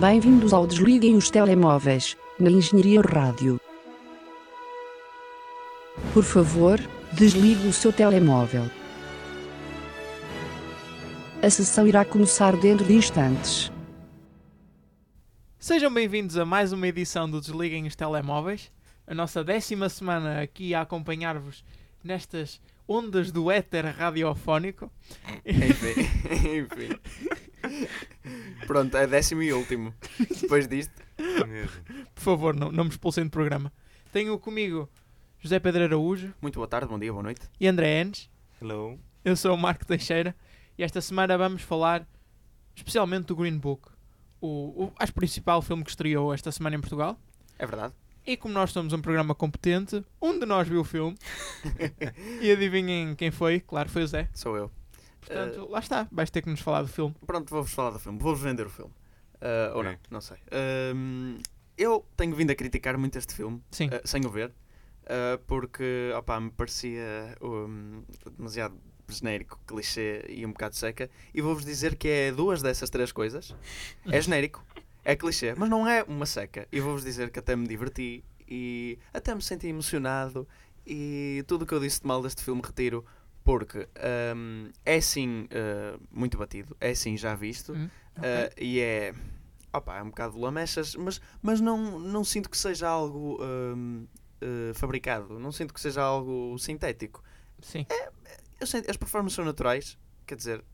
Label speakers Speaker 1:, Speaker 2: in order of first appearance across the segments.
Speaker 1: Bem-vindos ao Desliguem os Telemóveis, na Engenharia Rádio. Por favor, desligue o seu telemóvel. A sessão irá começar dentro de instantes.
Speaker 2: Sejam bem-vindos a mais uma edição do Desliguem os Telemóveis, a nossa décima semana aqui a acompanhar-vos nestas ondas do éter radiofónico.
Speaker 3: Enfim, enfim. Pronto, é décimo e último. Depois disto,
Speaker 4: Mesmo.
Speaker 2: Por favor, não, não me expulsem do programa. Tenho comigo José Pedro Araújo
Speaker 3: muito boa tarde, bom dia, boa noite.
Speaker 2: e André Enes.
Speaker 4: Hello.
Speaker 2: Eu sou o Marco Teixeira e esta semana vamos falar especialmente do Green Book, o, o acho principal filme que estreou esta semana em Portugal.
Speaker 3: É verdade.
Speaker 2: E como nós somos um programa competente, um de nós viu o filme. e adivinhem quem foi? Claro, foi o Zé.
Speaker 3: Sou eu.
Speaker 2: Portanto, lá está. Eh, Vais ter que nos falar do filme.
Speaker 3: Pronto, vou-vos falar do filme. Vou-vos vender o filme. Ah, ou não,
Speaker 4: Ok.
Speaker 3: não sei. Ahm, eu tenho vindo a criticar muito este filme,
Speaker 2: Sim.
Speaker 3: ah, sem o ver, ah, porque opá, me parecia hum, demasiado genérico, clichê e um bocado seca. E vou-vos dizer que é duas dessas três coisas. É genérico, é clichê, mas não é uma seca. E vou-vos dizer que até me diverti e até me senti emocionado. E tudo o que eu disse de mal deste filme retiro, porque hum, é sim ah, muito batido, é sim já visto.
Speaker 2: Hum,
Speaker 3: Uh, e é. Opa, é um bocado de lamechas, mas, mas não, não sinto que seja algo hum, eh, fabricado, não sinto que seja algo sintético.
Speaker 2: Sim.
Speaker 3: Eu sinto- as performances são naturais, quer dizer,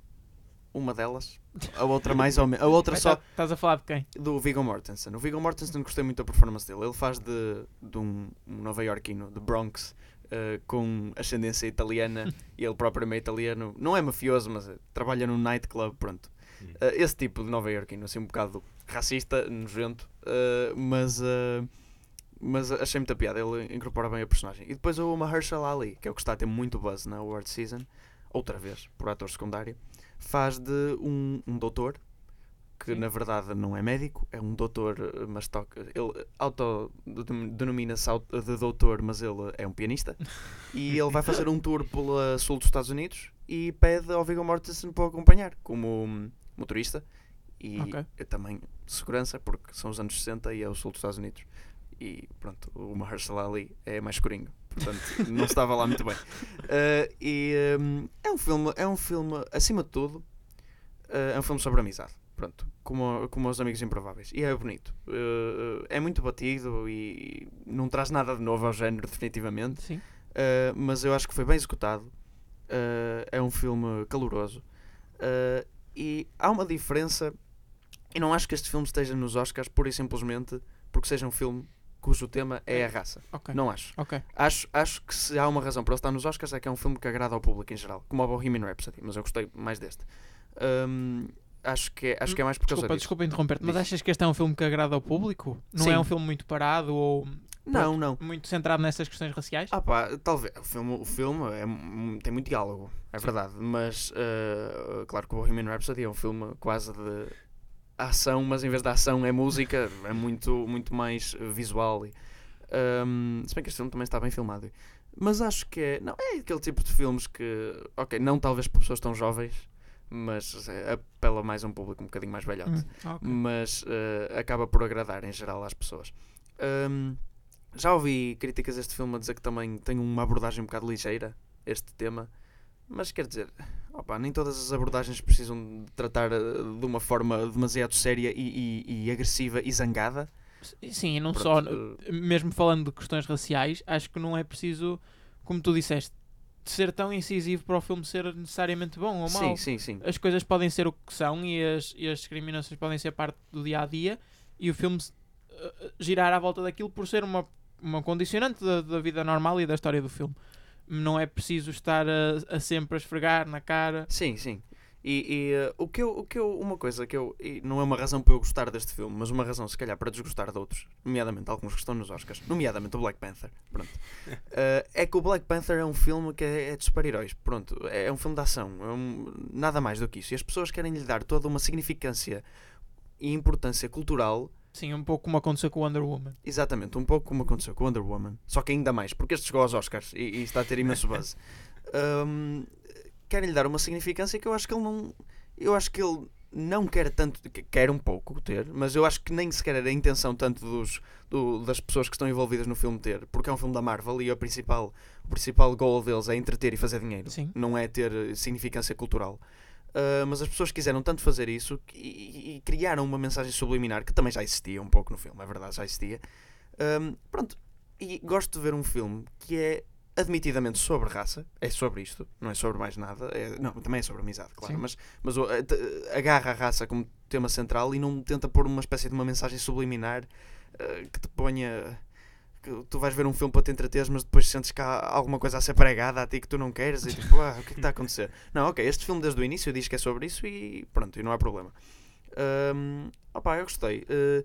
Speaker 3: uma delas, a outra mais ou menos. A outra
Speaker 2: Mas
Speaker 3: só
Speaker 2: tá- Estás a falar de quem?
Speaker 3: do Viggo Mortensen. O Viggo Mortensen gostei muito da performance dele. Ele faz de, de um, um nova-iorquino, de Bronx, eh, com ascendência italiana. e ele próprio é meio italiano. Não é mafioso, mas eh, trabalha num nightclub, pronto.
Speaker 4: Hum.
Speaker 3: Eh, esse tipo de nova-iorquino, assim um bocado racista, nojento. eh, mas... eh, mas achei muita piada, ele incorpora bem a personagem. E depois o Mahershala Ali, que é o que está a ter muito buzz na Award Season, outra vez, por ator secundário, faz de um, um doutor, que
Speaker 2: Sim.
Speaker 3: na verdade não é médico, é um doutor, eh, mas toca. Ele autodenomina-se auto- de doutor, mas ele é um pianista. e ele vai fazer um tour pelo sul dos Estados Unidos e pede ao Viggo Mortensen para o acompanhar, como hum, motorista e
Speaker 2: Ok.
Speaker 3: eh, também segurança, porque são os anos 60 e é o sul dos Estados Unidos. E pronto, o Mahershala Ali é mais corinho, portanto não estava lá muito bem. Eh, e hum, é um filme, é um filme acima de tudo, eh, é um filme sobre amizade. Pronto, como, como os amigos improváveis. E é bonito. Eh, é muito batido e não traz nada de novo ao género, definitivamente.
Speaker 2: Sim.
Speaker 3: Uh, mas eu acho que foi bem executado. Uh, é um filme caloroso. Uh, e há uma diferença. Eu não acho que este filme esteja nos Oscars pura e simplesmente porque seja um filme cujo tema é a raça.
Speaker 2: Ok.
Speaker 3: Não acho.
Speaker 2: Ok.
Speaker 3: Acho, acho que se há uma razão para ele estar nos Oscars é que é um filme que agrada ao público em geral, como o Bohemian Rhapsody, mas eu gostei mais deste. Um, acho, que é, acho que é mais por causa
Speaker 2: Desculpa,
Speaker 3: disso.
Speaker 2: desculpa interromper-te, mas
Speaker 3: Diz.
Speaker 2: achas que este é um filme que agrada ao público? Não
Speaker 3: Sim.
Speaker 2: é um filme muito parado ou
Speaker 3: Não, não.
Speaker 2: muito centrado nessas questões raciais?
Speaker 3: Ah pá, talvez. O filme, o filme é mu- tem muito diálogo, é verdade. Mas, eh, claro que o Bohemian Rhapsody é um filme quase de ação, mas em vez de ação é música, é muito, muito mais eh, visual. E, ehm, se bem que este filme também está bem filmado. Mas acho que é... Não, é aquele tipo de filmes que... Ok, não talvez para pessoas tão jovens, mas eh, apela mais a um público um bocadinho mais velhote
Speaker 2: Hum, ok.
Speaker 3: mas eh, acaba por agradar em geral às pessoas. Ahm, já ouvi críticas a este filme a dizer que também tem uma abordagem um bocado ligeira este tema, mas quer dizer, opa, nem todas as abordagens precisam de tratar eh, de uma forma demasiado séria e, e- e agressiva e zangada.
Speaker 2: Sim, e não
Speaker 3: Pronto,
Speaker 2: só.
Speaker 3: eh,
Speaker 2: Mesmo falando de questões raciais, acho que não é preciso, como tu disseste, ser tão incisivo para o filme ser necessariamente bom ou mau.
Speaker 3: sim, sim, sim.
Speaker 2: as coisas podem ser o que são e as, e as discriminações podem ser parte do dia a dia e o filme se- eh, girar à volta daquilo por ser uma, uma condicionante da, da vida normal e da história do filme. Não é preciso estar a, a sempre a esfregar na cara.
Speaker 3: Sim, sim. E, e, eh, o que eu, o que eu, uma coisa que eu, e não é uma razão para eu gostar deste filme, mas uma razão se calhar para desgostar de outros, nomeadamente alguns que estão nos Oscars, nomeadamente o Black Panther, pronto, Eh, é que o Black Panther é um filme que é, é de super-heróis, pronto, é, é um filme de ação, é um- nada mais do que isso. E as pessoas querem lhe dar toda uma significância e importância cultural
Speaker 2: Sim, um pouco como aconteceu com o Wonder Woman.
Speaker 3: Exatamente, um pouco como aconteceu com Wonder Woman, só que ainda mais, porque este chegou aos Oscars e, e está a ter imenso buzz. Hum, Querem-lhe dar uma significância que eu acho que ele não. Eu acho que ele não quer tanto, que- quer um pouco ter, mas eu acho que nem sequer era a intenção tanto dos, do- das pessoas que estão envolvidas no filme ter, porque é um filme da Marvel e a principal, o principal goal deles é entreter e fazer dinheiro,
Speaker 2: Sim.
Speaker 3: não é ter eh, significância cultural. Ah, mas as pessoas quiseram tanto fazer isso que- e, e criaram uma mensagem subliminar que também já existia um pouco no filme, é verdade, já existia. Ahm, pronto, e gosto de ver um filme que é admitidamente sobre raça, é sobre isto, não é sobre mais nada, é- não, também é sobre amizade, claro,
Speaker 2: Sim.
Speaker 3: mas, mas o- eh, te- agarra a raça como tema central e não tenta pôr uma espécie de uma mensagem subliminar eh, que te ponha. que tu vais ver um filme para te entreteres, mas depois sentes que há alguma coisa a ser pregada a ti que tu não queres e tipo, ah, o que é que está a acontecer? Não, ok, este filme desde o início diz que é sobre isso e pronto, e não há problema. Ahm, opá, eu gostei. Eh,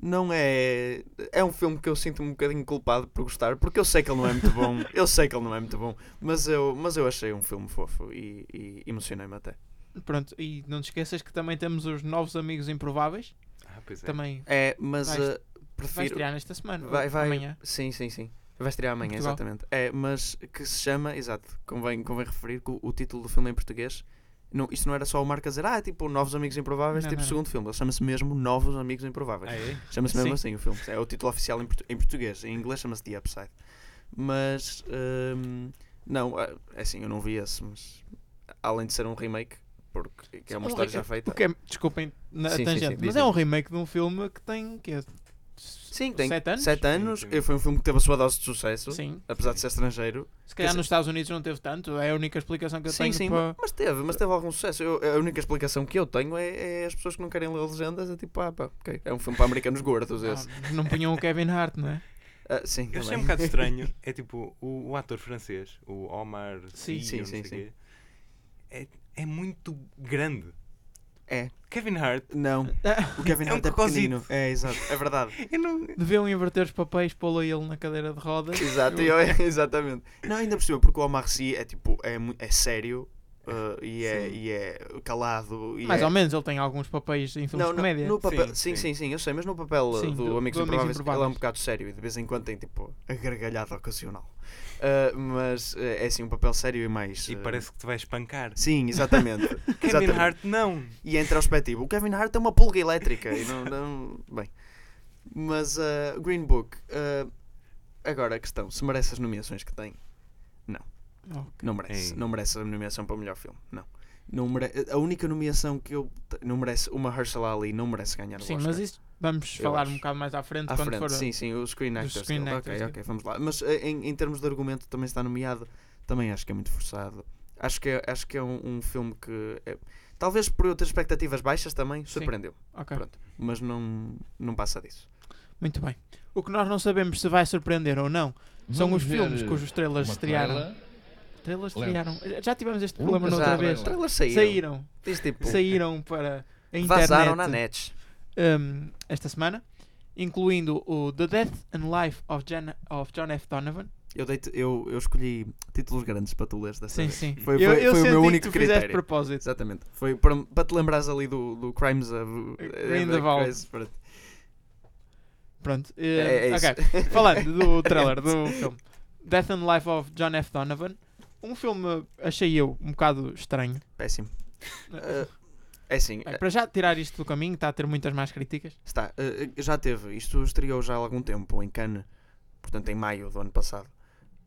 Speaker 3: não é. É um filme que eu sinto-me um bocadinho culpado por gostar, porque eu sei que ele não é muito bom, eu sei que ele não é muito bom, mas eu, mas eu achei um filme fofo e, e emocionei-me até.
Speaker 2: Pronto, e não te esqueças que também temos os novos amigos improváveis.
Speaker 4: Ah, pois é.
Speaker 2: Também
Speaker 3: É, mas
Speaker 2: Vais-
Speaker 3: eh,
Speaker 2: vai
Speaker 3: prefiro.
Speaker 2: estrear nesta semana. ou
Speaker 3: Vai, vai.
Speaker 2: Amanhã.
Speaker 3: Sim, sim, sim. Vai estrear amanhã,
Speaker 2: Portugal.
Speaker 3: exatamente. É, mas que se chama, exato, convém, convém referir que o, o título do filme é em português. Não, isto não era só o Marco a dizer, ah, é tipo Novos Amigos Improváveis,
Speaker 2: Não,
Speaker 3: tipo
Speaker 2: não, não.
Speaker 3: segundo filme. Ele chama-se mesmo Novos Amigos Improváveis.
Speaker 4: Ah, é?
Speaker 3: Chama-se mesmo
Speaker 2: Sim.
Speaker 3: assim o filme. É o título oficial em, portu- em português. Em inglês chama-se The Upside. Mas. hum, não, ah, é assim, eu não vi esse, mas. Além de ser um remake, porque que é uma
Speaker 2: Um
Speaker 3: história já
Speaker 2: remake.
Speaker 3: feita.
Speaker 2: O que é, desculpem na a
Speaker 3: Sim, sim,
Speaker 2: tangente,
Speaker 3: sim,
Speaker 2: mas
Speaker 3: diz,
Speaker 2: é um
Speaker 3: diz.
Speaker 2: remake de um filme que tem que é
Speaker 3: Sim, tem
Speaker 2: sete anos?
Speaker 3: sete anos.
Speaker 4: Sim, sim.
Speaker 3: e Foi um filme que teve a sua dose de sucesso,
Speaker 2: Sim.
Speaker 3: apesar de ser estrangeiro.
Speaker 2: Se calhar
Speaker 3: Quer dizer-
Speaker 2: nos Estados Unidos não teve tanto, é a única explicação que eu tenho para.
Speaker 3: mas teve, mas teve algum sucesso. Eu- a única explicação que eu tenho é, é as pessoas que não querem ler legendas, é tipo, ah, pá, ok. É um filme para americanos gordos esse.
Speaker 2: Ah, não punham o Kevin Hart, não é?
Speaker 3: Ah, sim,
Speaker 4: Eu achei
Speaker 3: também.
Speaker 4: um bocado estranho. É tipo, o, o ator francês, o Omar
Speaker 2: Sim.
Speaker 4: Sy,
Speaker 3: Sim,
Speaker 4: ou não
Speaker 3: sim,
Speaker 4: sei
Speaker 3: sim.
Speaker 4: quê, É, é muito grande.
Speaker 3: É.
Speaker 4: Kevin Hart,
Speaker 3: Não, o Kevin
Speaker 4: É um
Speaker 3: Hart é
Speaker 4: cocôzito.
Speaker 3: pequenino. É, exato, é verdade.
Speaker 4: eu não.
Speaker 2: Deviam inverter os papéis, pô-lo ele na cadeira de rodas.
Speaker 3: Exato, eu- exatamente. Não, ainda percebeu, porque o Omar Sy é tipo, é, mu- é sério ah, e, é,
Speaker 4: Sim.
Speaker 3: e é calado. E
Speaker 2: Mais
Speaker 3: é...
Speaker 2: ou menos, ele tem alguns papéis em filmes
Speaker 3: Não,
Speaker 2: de
Speaker 3: no,
Speaker 2: comédia.
Speaker 3: no papel, sim,
Speaker 4: Sim,
Speaker 3: sim,
Speaker 4: sim.
Speaker 3: sim, eu sei, mas no papel
Speaker 2: Sim,
Speaker 3: do,
Speaker 2: do-
Speaker 3: Amigos
Speaker 2: do Amigos
Speaker 3: Improváveis ele é um
Speaker 2: Improváveis.
Speaker 3: bocado sério e de vez em quando tem tipo a gargalhada ocasional. Ah, mas eh, é assim, um papel sério e mais.
Speaker 4: E
Speaker 3: ah,
Speaker 4: parece que te vai espancar.
Speaker 3: Sim, exatamente.
Speaker 4: Kevin
Speaker 3: Exatamente.
Speaker 4: Hart, não.
Speaker 3: E é introspectivo. O Kevin Hart é uma pulga elétrica. e não, não- Bem. Mas ah, Green Book. ah, agora a questão: se merece as nomeações que tem?
Speaker 2: Oh,
Speaker 3: Não merece.
Speaker 2: É.
Speaker 4: Ei.
Speaker 3: Não merece a nomeação para o melhor filme. Não. não mere... A única nomeação que eu. te- Não merece. Uma Herschel Ali não merece ganhar o
Speaker 2: Sim,
Speaker 3: Oscar.
Speaker 2: mas isso vamos
Speaker 3: Eu
Speaker 2: falar
Speaker 3: acho.
Speaker 2: um bocado mais à frente
Speaker 3: À
Speaker 2: quando
Speaker 3: frente,
Speaker 2: for.
Speaker 3: sim, sim, o Screen
Speaker 2: dos
Speaker 3: Actors.
Speaker 2: Screen
Speaker 3: Guild.
Speaker 2: Actors
Speaker 3: ok,
Speaker 2: Guild.
Speaker 3: ok, vamos lá. Mas eh, em, em termos de argumento também está nomeado, também acho que é muito forçado. Acho que é, acho que é um, um filme que. é- talvez por eu ter expectativas baixas também,
Speaker 2: Sim.
Speaker 3: surpreendeu.
Speaker 2: Ok,
Speaker 3: Pronto. Mas não, não passa disso.
Speaker 2: muito bem. O que nós não sabemos se vai surpreender ou não são
Speaker 5: Vamos
Speaker 2: os
Speaker 5: ver
Speaker 2: filmes cujos trailers
Speaker 5: uma
Speaker 2: estrearam.
Speaker 5: trailer.
Speaker 2: Trailers
Speaker 5: Lembra?
Speaker 2: estrearam. Já tivemos este
Speaker 5: Um
Speaker 2: problema
Speaker 5: Mas
Speaker 2: noutra
Speaker 3: Já,
Speaker 2: vez.
Speaker 3: Os trailers saíram.
Speaker 2: Saíram.
Speaker 3: Diz tipo,
Speaker 2: Saíram para a internet.
Speaker 3: vazaram na net.
Speaker 2: hum, esta semana, incluindo o The Death and Life of, Jan- of John F. Donovan.
Speaker 3: Eu, dei-te- eu, eu escolhi títulos grandes para tu leres dessa
Speaker 2: Sim,
Speaker 3: vez.
Speaker 2: sim.
Speaker 3: Foi-
Speaker 2: eu
Speaker 3: foi-
Speaker 2: eu
Speaker 3: foi o
Speaker 2: senti
Speaker 3: meu
Speaker 2: que
Speaker 3: único
Speaker 2: tu fizeste de
Speaker 3: critério.
Speaker 2: propósito.
Speaker 3: Exatamente. Foi para, para te lembrares ali do, do Crimes of...
Speaker 2: Grindelwald.
Speaker 3: Crimes, pronto.
Speaker 2: Pronto. hum,
Speaker 3: É, é isso. É
Speaker 2: ok. Falando do trailer do filme Death and Life of John F. Donovan, um filme, achei eu, um bocado estranho.
Speaker 3: Péssimo. Eh, é assim,
Speaker 2: Bem,
Speaker 3: eh,
Speaker 2: para já tirar isto do caminho, está a ter muitas más críticas.
Speaker 3: está. eh, já teve. Isto estreou já há algum tempo em Cannes. Portanto, em maio do ano passado.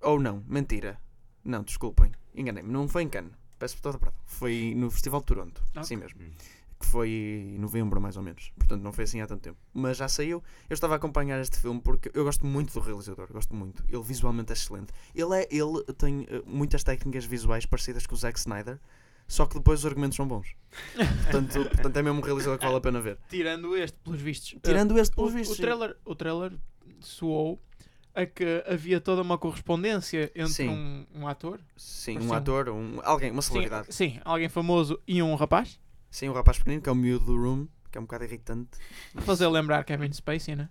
Speaker 3: Ou não, mentira. Não, desculpem. Enganei-me. Não foi em Cannes. Peço por toda a perdão. Foi no Festival de Toronto.
Speaker 2: Ok.
Speaker 3: Sim mesmo. que foi em novembro mais ou menos, portanto não foi assim há tanto tempo, mas já saiu. Eu estava a acompanhar este filme porque eu gosto muito do realizador, gosto muito. Ele visualmente é excelente. Ele, é, ele tem eh, muitas técnicas visuais parecidas com o Zack Snyder, só que depois os argumentos são bons. portanto, portanto é mesmo um realizador que vale a pena ver.
Speaker 2: Tirando este, pelos vistos.
Speaker 3: Tirando este,
Speaker 2: Eh, o,
Speaker 3: pelos vistos.
Speaker 2: o trailer, o trailer soou a que havia toda uma correspondência entre
Speaker 3: Sim.
Speaker 2: um, um ator,
Speaker 3: Sim, um
Speaker 2: parecia um-
Speaker 3: ator, um, alguém, uma
Speaker 2: sim, eh,
Speaker 3: celebridade.
Speaker 2: sim, alguém famoso e um rapaz,
Speaker 3: Sim, um rapaz pequenino que é o miúdo do Room, que é um bocado irritante.
Speaker 2: a fazer lembrar Kevin Spacey, né?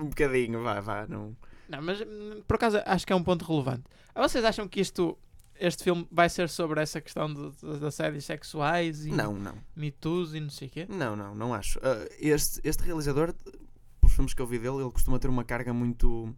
Speaker 3: um bocadinho, vá, vá, não.
Speaker 2: Não, mas hum, por acaso acho que é um ponto relevante. Ah, Vocês acham que isto, este filme vai ser sobre essa questão de- de- das séries sexuais e
Speaker 3: Não, não.
Speaker 2: mitos e não sei o quê?
Speaker 3: Não, não, não acho. Ah, este, este realizador, pelos filmes que eu vi dele, ele costuma ter uma carga muito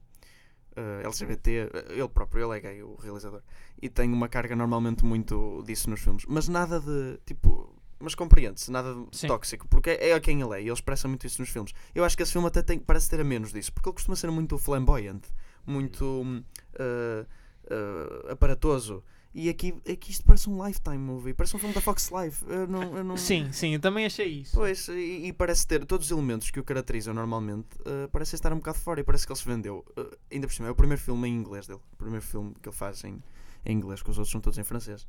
Speaker 3: ah, LGBT. Ah, Ele próprio, ele é gay, o realizador. E tem uma carga normalmente muito disso nos filmes. Mas nada de, tipo, mas compreende-se, nada de
Speaker 2: Sim.
Speaker 3: tóxico, porque é, é quem ele é, e ele expressa muito isso nos filmes. Eu acho que esse filme até tem, parece ter a menos disso, porque ele costuma ser muito flamboyante, muito
Speaker 2: Uhum.
Speaker 3: hum, ah, ah, aparatoso. E aqui, aqui isto parece um Lifetime movie, parece um filme da Fox Live. Eu não, eu não...
Speaker 2: Sim, sim, eu também achei isso.
Speaker 3: Pois, e, e parece ter todos os elementos que o caracterizam normalmente, eh, parecem estar um bocado fora e parece que ele se vendeu. Eh, ainda por cima, é o primeiro filme em inglês dele. O primeiro filme que ele faz em, em inglês, que os outros são todos em francês.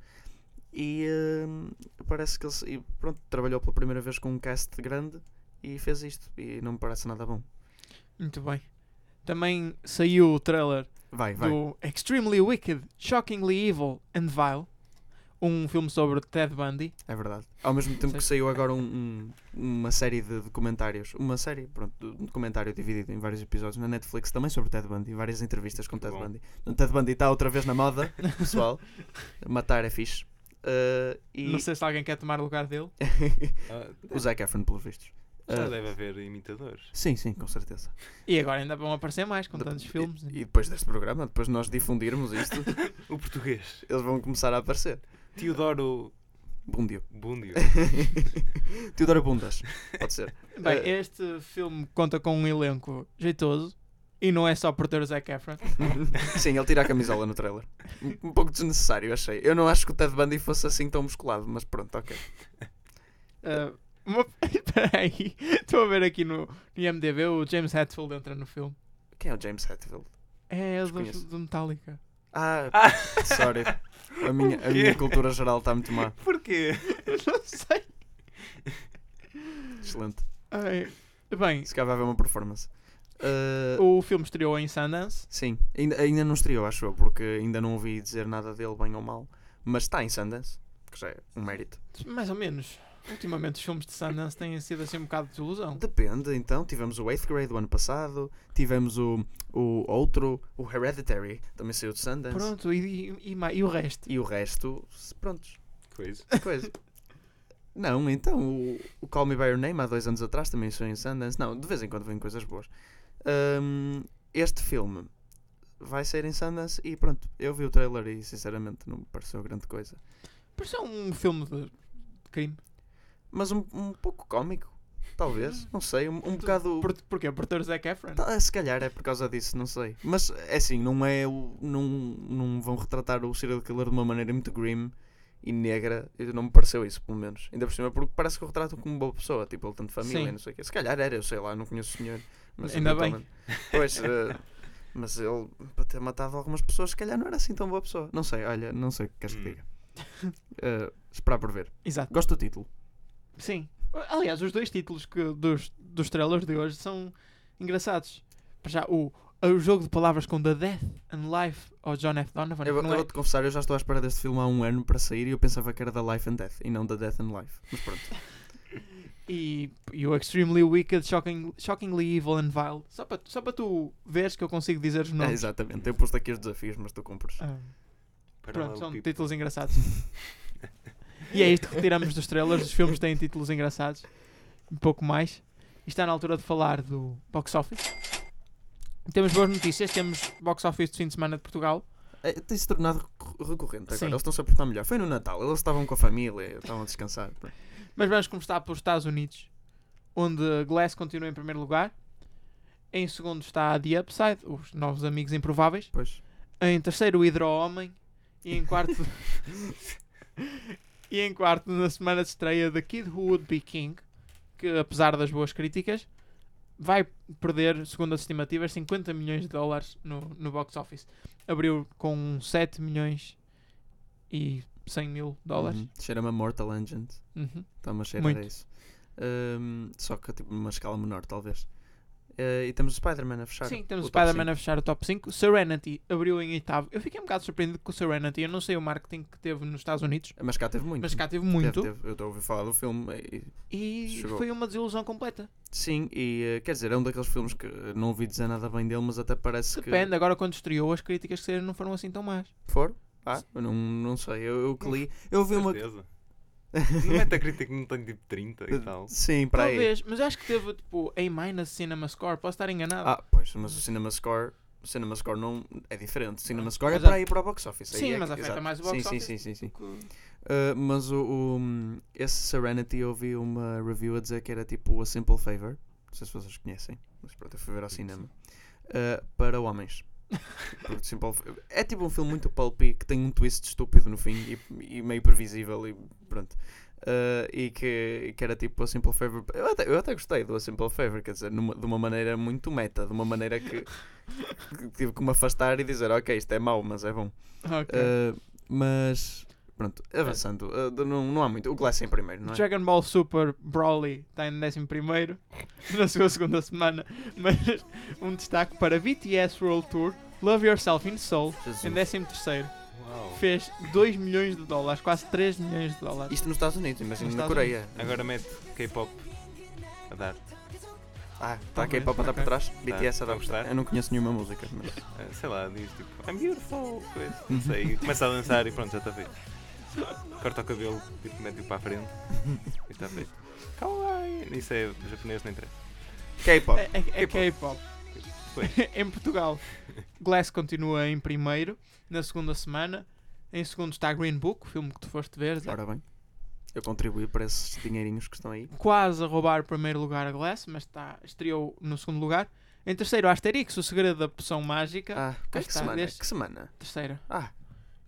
Speaker 3: E eh, parece que ele se, e pronto, trabalhou pela primeira vez com um cast grande e fez isto. E não me parece nada bom.
Speaker 2: Muito bem. Também saiu o trailer
Speaker 3: Vai, vai.
Speaker 2: do Extremely Wicked, Shockingly Evil and Vile, um filme sobre Ted Bundy.
Speaker 3: É verdade. Ao mesmo tempo que saiu agora um- um- uma série de documentários, uma série, pronto, de- um documentário dividido em vários episódios na Netflix também sobre Ted Bundy, várias entrevistas com
Speaker 4: Muito
Speaker 3: Ted
Speaker 4: bom.
Speaker 3: Bundy. O Ted Bundy está outra vez na moda, pessoal. Matar é fixe. Uh, e
Speaker 2: Não sei se alguém quer tomar o lugar dele.
Speaker 4: Ah,
Speaker 3: o Zac Efron, pelos vistos.
Speaker 4: já
Speaker 3: Ah.
Speaker 4: deve haver imitadores.
Speaker 3: Sim, sim, com certeza.
Speaker 2: E agora ainda vão aparecer mais com tantos
Speaker 3: E-
Speaker 2: filmes. né?
Speaker 3: E, depois deste programa, depois de nós difundirmos isto,
Speaker 4: O português.
Speaker 3: eles vão começar a aparecer.
Speaker 4: Teodoro
Speaker 3: Bundio.
Speaker 4: Bundio.
Speaker 3: Teodoro Bundas, pode ser.
Speaker 2: Bem,
Speaker 3: eh,
Speaker 2: este filme conta com um elenco jeitoso e não é só por ter o Zac Efron.
Speaker 3: Sim, ele tira a camisola no trailer. Um um pouco desnecessário, achei. Eu não acho que o Ted Bundy fosse assim tão musculado, mas pronto, ok.
Speaker 2: Ah, uma- Espera aí, estou a ver aqui no, no IMDB o James Hetfield entra no filme.
Speaker 3: Quem é o James Hetfield?
Speaker 2: É o
Speaker 3: Desconheço.
Speaker 2: do, do Metallica.
Speaker 3: Ah,
Speaker 4: Ah,
Speaker 3: sorry. A minha, a
Speaker 4: O quê?
Speaker 3: minha cultura geral está muito má.
Speaker 4: porquê?
Speaker 2: não sei.
Speaker 3: Excelente.
Speaker 2: Ai, Bem,
Speaker 3: Se calhar vai haver uma performance. Ah,
Speaker 2: o filme estreou em Sundance.
Speaker 3: Sim, ainda, ainda não estreou, acho eu, porque ainda não ouvi dizer nada dele, bem ou mal. Mas está em Sundance, que já é um mérito.
Speaker 2: Mais ou menos. Ultimamente os filmes de Sundance têm sido assim um bocado de desilusão.
Speaker 3: Depende, então. Tivemos o 8th grade o ano passado, tivemos o, o outro, o Hereditary, também saiu de Sundance.
Speaker 2: Pronto, e, e, e ma- e o resto?
Speaker 3: E o resto, se- prontos.
Speaker 4: Coisa.
Speaker 3: Pois. Não, então, o, o Call Me By Your Name há dois anos atrás também saiu em Sundance. Não, de vez em quando vêm coisas boas. Ahm, este filme vai sair em Sundance e pronto, eu vi o trailer e sinceramente não me pareceu grande coisa.
Speaker 2: Parece um filme de de crime.
Speaker 3: Mas um, um pouco cómico, talvez, não sei, um, um bocado...
Speaker 2: Por, porquê? Por ter o Zac Efron?
Speaker 3: Tá, Se calhar é por causa disso, não sei. Mas é assim, não é o. Não, não vão retratar o serial killer de uma maneira muito grim e negra. Eu- Não me pareceu isso, pelo menos. Ainda por cima, porque parece que o retratam como uma boa pessoa, tipo, ele tanto família
Speaker 2: Sim.
Speaker 3: e não sei o quê. Se calhar era, eu sei lá, não conheço o senhor. Mas
Speaker 2: Ainda bem.
Speaker 3: eventualmente- Pois. eh, mas ele, para ter matado algumas pessoas, se calhar não era assim tão boa pessoa. Não sei, olha, não sei o que queres que
Speaker 4: Hum.
Speaker 3: diga. Eh, esperar por ver.
Speaker 2: Exato.
Speaker 3: Gosto do título.
Speaker 2: Sim. Aliás, os dois títulos que, dos, dos trailers de hoje são engraçados. Para já, o, o jogo de palavras com The Death and Life ao John F. Donovan.
Speaker 3: Eu,
Speaker 2: que
Speaker 3: eu
Speaker 2: não é-
Speaker 3: vou-te confessar, eu já estou à espera deste filme há um ano para sair e eu pensava que era da Life and Death e não da Death and Life. Mas pronto.
Speaker 2: e, e o Extremely Wicked, Shocking, Shockingly Evil and Vile. Só para, só para tu veres que eu consigo dizer os
Speaker 3: É,
Speaker 2: nomes.
Speaker 3: exatamente, eu posto aqui os desafios, mas tu cumpres.
Speaker 2: Ah,
Speaker 4: Paralelo
Speaker 2: pronto, são
Speaker 4: pipo.
Speaker 2: títulos engraçados. e é isto que tiramos dos trailers. Os filmes têm títulos engraçados. Um pouco mais. E está na altura de falar do box office. Temos boas notícias. Temos box office de fim de semana de Portugal.
Speaker 3: É, Tem-se tornado recor- recorrente agora,
Speaker 2: Sim.
Speaker 3: eles estão-se a portar melhor. Foi no Natal, eles estavam com a família, estavam a descansar. pronto.
Speaker 2: Mas vamos começar pelos Estados Unidos, onde Glass continua em primeiro lugar. Em segundo está The Upside, os novos amigos improváveis.
Speaker 3: Pois.
Speaker 2: Em terceiro, o Hidro-Homem. E em quarto. e em quarto, na semana de estreia, The Kid Who Would Be King, que apesar das boas críticas, vai perder, segundo as estimativas, 50 milhões de dólares no, no box office. Abriu com 7 milhões e 100 mil dólares.
Speaker 3: Uhum. Cheira-me a Mortal Legend,
Speaker 2: Uhum.
Speaker 3: está-me a cheirar
Speaker 2: Muito.
Speaker 3: a isso. Ahm, só que tipo numa escala menor, talvez. Eh, e temos o Spider-Man a fechar.
Speaker 2: Sim, temos o
Speaker 3: o top
Speaker 2: Spider-Man a fechar o top 5. Serenity abriu em oitavo. Eu fiquei um bocado surpreendido com o Serenity. Eu não sei o marketing que teve nos Estados Unidos,
Speaker 3: 5. Mas cá teve muito.
Speaker 2: mas cá teve
Speaker 3: Teve,
Speaker 2: muito.
Speaker 3: teve. Eu estou a ouvir falar do filme. e-
Speaker 2: E
Speaker 3: Chegou.
Speaker 2: foi uma desilusão completa.
Speaker 3: Sim, e eh, quer dizer, é um daqueles filmes que eh, não ouvi dizer nada bem dele, mas até parece que.
Speaker 2: Depende, agora quando estreou, as críticas que saíram não foram assim tão más.
Speaker 3: For? Ah, eu não, não sei. Eu, eu que li. Eu ouvi uma.
Speaker 4: Certeza. No Metacritic não é tem tipo 30 e tal.
Speaker 3: Sim, para aí.
Speaker 2: Talvez, mas acho que teve tipo A- Cinema Score. Posso estar enganado.
Speaker 3: Ah, pois, mas Ah, o Cinema Score Cinema Score não é diferente. Cinema Score é
Speaker 2: Mas a-
Speaker 3: para ir para o box office. aí
Speaker 2: Ah, Sim,
Speaker 3: é
Speaker 2: mas
Speaker 3: que-
Speaker 2: afeta
Speaker 3: exato.
Speaker 2: mais o box
Speaker 3: sim,
Speaker 2: office
Speaker 3: Sim, sim, sim, sim.
Speaker 2: Que-
Speaker 3: Uh, mas o, o- esse Serenity eu ouvi uma review a dizer que era tipo A Simple Favor. Não sei se vocês conhecem, mas pronto, eu fui ver ao cinema. Uh, para homens. Porque Simple Fa- é tipo um filme muito pulpy que tem um twist estúpido no fim e, e meio previsível e pronto. Uh, e que, e que era tipo A Simple Favor. Eu até, eu até gostei do A Simple Favor, quer dizer, numa- de uma maneira muito meta, de uma maneira que, que tive que me afastar e dizer: Ok, isto é mau, mas é bom.
Speaker 2: Ok.
Speaker 3: Uh, mas pronto, avançando, uh, de- não, não há muito. O Glass em primeiro, não é?
Speaker 2: Dragon Ball Super Broly está em 11 na sua segunda semana, mas um destaque para BTS World Tour Love Yourself in Seoul
Speaker 3: Jesus.
Speaker 2: em 13
Speaker 4: Uau.
Speaker 2: fez 2 milhões de dólares, quase 3 milhões de dólares.
Speaker 3: Isto nos Estados Unidos, imagino
Speaker 2: Nos
Speaker 3: na
Speaker 2: Estados
Speaker 3: Coreia.
Speaker 4: Agora mete K-pop a dar.
Speaker 3: Ah, está aqui
Speaker 2: Talvez,
Speaker 3: para andar
Speaker 2: Tá ok.
Speaker 3: para trás. BTS a
Speaker 4: tá
Speaker 3: dar
Speaker 4: a gostar.
Speaker 3: Eu não conheço nenhuma música. Mas...
Speaker 4: Ah, Sei lá, diz tipo, I'm beautiful. coisa, Não sei. Começa a dançar e pronto, já está feito. Corta o cabelo, tipo, mete-o para a frente e está feito. Kawaii. Isso é japonês, não interessa.
Speaker 3: K-pop.
Speaker 2: É, é- é K-pop.
Speaker 4: Foi.
Speaker 2: em Portugal, Glass continua em primeiro na segunda semana. Em segundo está Green Book, o filme que tu foste ver, Zé.
Speaker 3: Ora bem, eu contribuí para esses dinheirinhos que estão aí.
Speaker 2: quase a roubar o primeiro lugar a Glass, mas está, estreou no segundo lugar. Em terceiro, Asterix, o segredo da poção mágica.
Speaker 3: Ah, que,
Speaker 2: Cá
Speaker 3: que
Speaker 2: está,
Speaker 3: semana?
Speaker 2: deste-
Speaker 3: Que semana?
Speaker 2: Terceiro.
Speaker 3: Ah.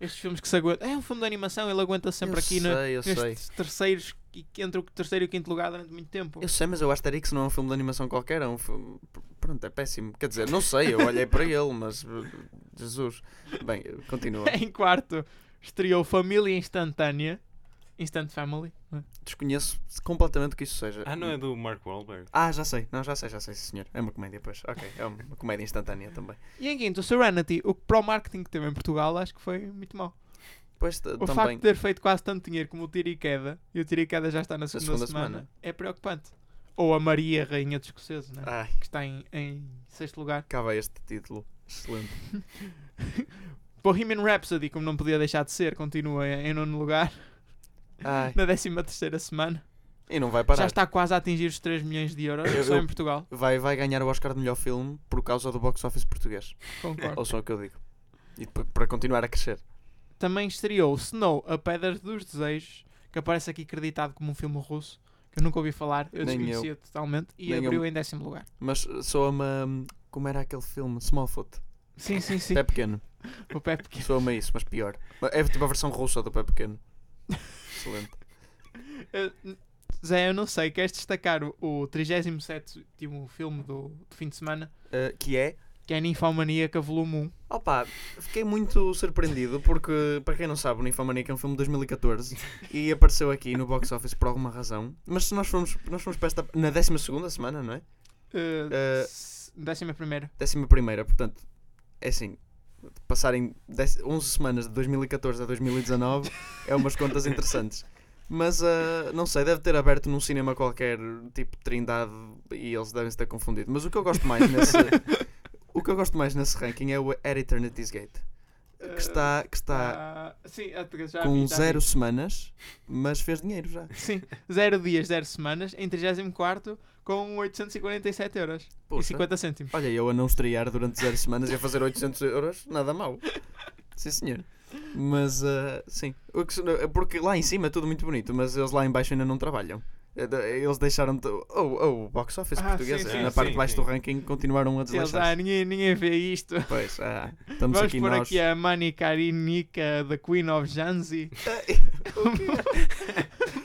Speaker 2: Estes filmes que se aguentam. É um filme de animação, ele aguenta sempre
Speaker 3: eu
Speaker 2: aqui
Speaker 3: sei,
Speaker 2: na,
Speaker 3: eu sei.
Speaker 2: nestes terceiros, e que entre o terceiro e o quinto lugar durante muito tempo.
Speaker 3: Eu sei, mas eu Asterix não é um filme de animação qualquer, é um filme. pr- Pronto, é péssimo. Quer dizer, não sei, eu olhei para ele, mas. uh, Jesus. Bem, continua.
Speaker 2: em quarto, estreou Família Instantânea. Instant Family. não é?
Speaker 3: Desconheço completamente o que isso seja.
Speaker 4: Ah, não é do Mark Wahlberg?
Speaker 3: Ah, já sei, não, já sei, já sei, sim, senhor. É uma comédia, pois. Ok, é uma comédia instantânea também.
Speaker 2: E em quinto, Serenity, o que para o marketing que teve em Portugal acho que foi muito mau.
Speaker 3: Pois t-
Speaker 2: O facto
Speaker 3: também.
Speaker 2: de ter feito quase tanto dinheiro como o Tiro e Queda, e o Tiro e Queda já está na segunda,
Speaker 3: segunda
Speaker 2: semana,
Speaker 3: semana.
Speaker 2: é preocupante. Ou a Maria, Rainha dos Escoceses, né?
Speaker 3: Ai,
Speaker 2: que está em, em sexto lugar.
Speaker 3: cá vai este título. Excelente.
Speaker 2: Bohemian Rhapsody, como não podia deixar de ser, continua em em nono lugar,
Speaker 3: Ai,
Speaker 2: na décima terceira semana.
Speaker 3: e não vai parar.
Speaker 2: Já está quase a atingir os 3 milhões de euros,
Speaker 3: Eu-
Speaker 2: só em
Speaker 3: eu-
Speaker 2: Portugal,
Speaker 3: Vai, vai ganhar o Oscar de melhor filme por causa do box office português.
Speaker 2: concordo.
Speaker 3: Ouçam o que eu digo. E depois, para continuar a crescer.
Speaker 2: Também estreou Snow, a Pedra dos Desejos, que aparece aqui acreditado como um filme russo, que eu nunca ouvi falar, eu
Speaker 3: Nem eu.
Speaker 2: desconhecia totalmente, e
Speaker 3: Nem eu.
Speaker 2: abriu em décimo lugar.
Speaker 3: Mas uh, soa-me. hum, Como era aquele filme? Smallfoot.
Speaker 2: Sim, sim, sim,
Speaker 3: Pé Pequeno.
Speaker 2: o Pé Pequeno.
Speaker 3: Soa-me isso, mas pior. Mas É tipo a versão russa do Pé Pequeno. Excelente.
Speaker 2: Uh, Zé, eu não sei, queres destacar o, o 37 filme do, do fim de semana,
Speaker 3: Uh, que é
Speaker 2: que é Ninfomaníaca Volume 1.
Speaker 3: Opa, fiquei muito surpreendido porque, para quem não sabe, o Ninfomaníaca é um filme de 2014 e apareceu aqui no box office por alguma razão. Mas se nós fomos, nós fomos para esta, na 12 semana, não é?
Speaker 2: Uh,
Speaker 3: Eh,
Speaker 2: s- décima primeira.
Speaker 3: 11, portanto, é assim: passarem 10 11 semanas de 2014 a 2019 é umas contas interessantes. Mas ah, não sei, deve ter aberto num cinema qualquer, tipo Trindade, e eles devem se ter confundido. Mas o que eu gosto mais nesse, o que eu gosto mais nesse ranking é o At Eternity's Gate. que está, que está
Speaker 2: Ah, sim, ah, já vi,
Speaker 3: com
Speaker 2: já
Speaker 3: zero
Speaker 2: vi.
Speaker 3: semanas, mas fez dinheiro já.
Speaker 2: Sim, zero dias, zero semanas, em 34 com 847 euros e
Speaker 3: Poxa.
Speaker 2: 50 cêntimos.
Speaker 3: Olha, eu a não estrear durante zero semanas e a fazer 800 euros, nada mal. Sim, senhor. Mas, ah, sim. O que se- porque lá em cima é tudo muito bonito, mas eles lá em baixo ainda não trabalham. Eh, Eles deixaram. de- Ou ou o box office
Speaker 2: Ah,
Speaker 3: português, eh,
Speaker 2: sim, sim,
Speaker 3: na parte
Speaker 4: sim,
Speaker 3: de baixo
Speaker 4: sim.
Speaker 3: do ranking, continuaram a
Speaker 2: Eles, ah,
Speaker 3: desleixar.
Speaker 2: ninguém, ninguém vê isto.
Speaker 3: Pois, ah, estamos
Speaker 2: Vamos
Speaker 3: aqui
Speaker 2: pôr
Speaker 3: nós.
Speaker 2: aqui a Mani Karinika da Queen of Janzi.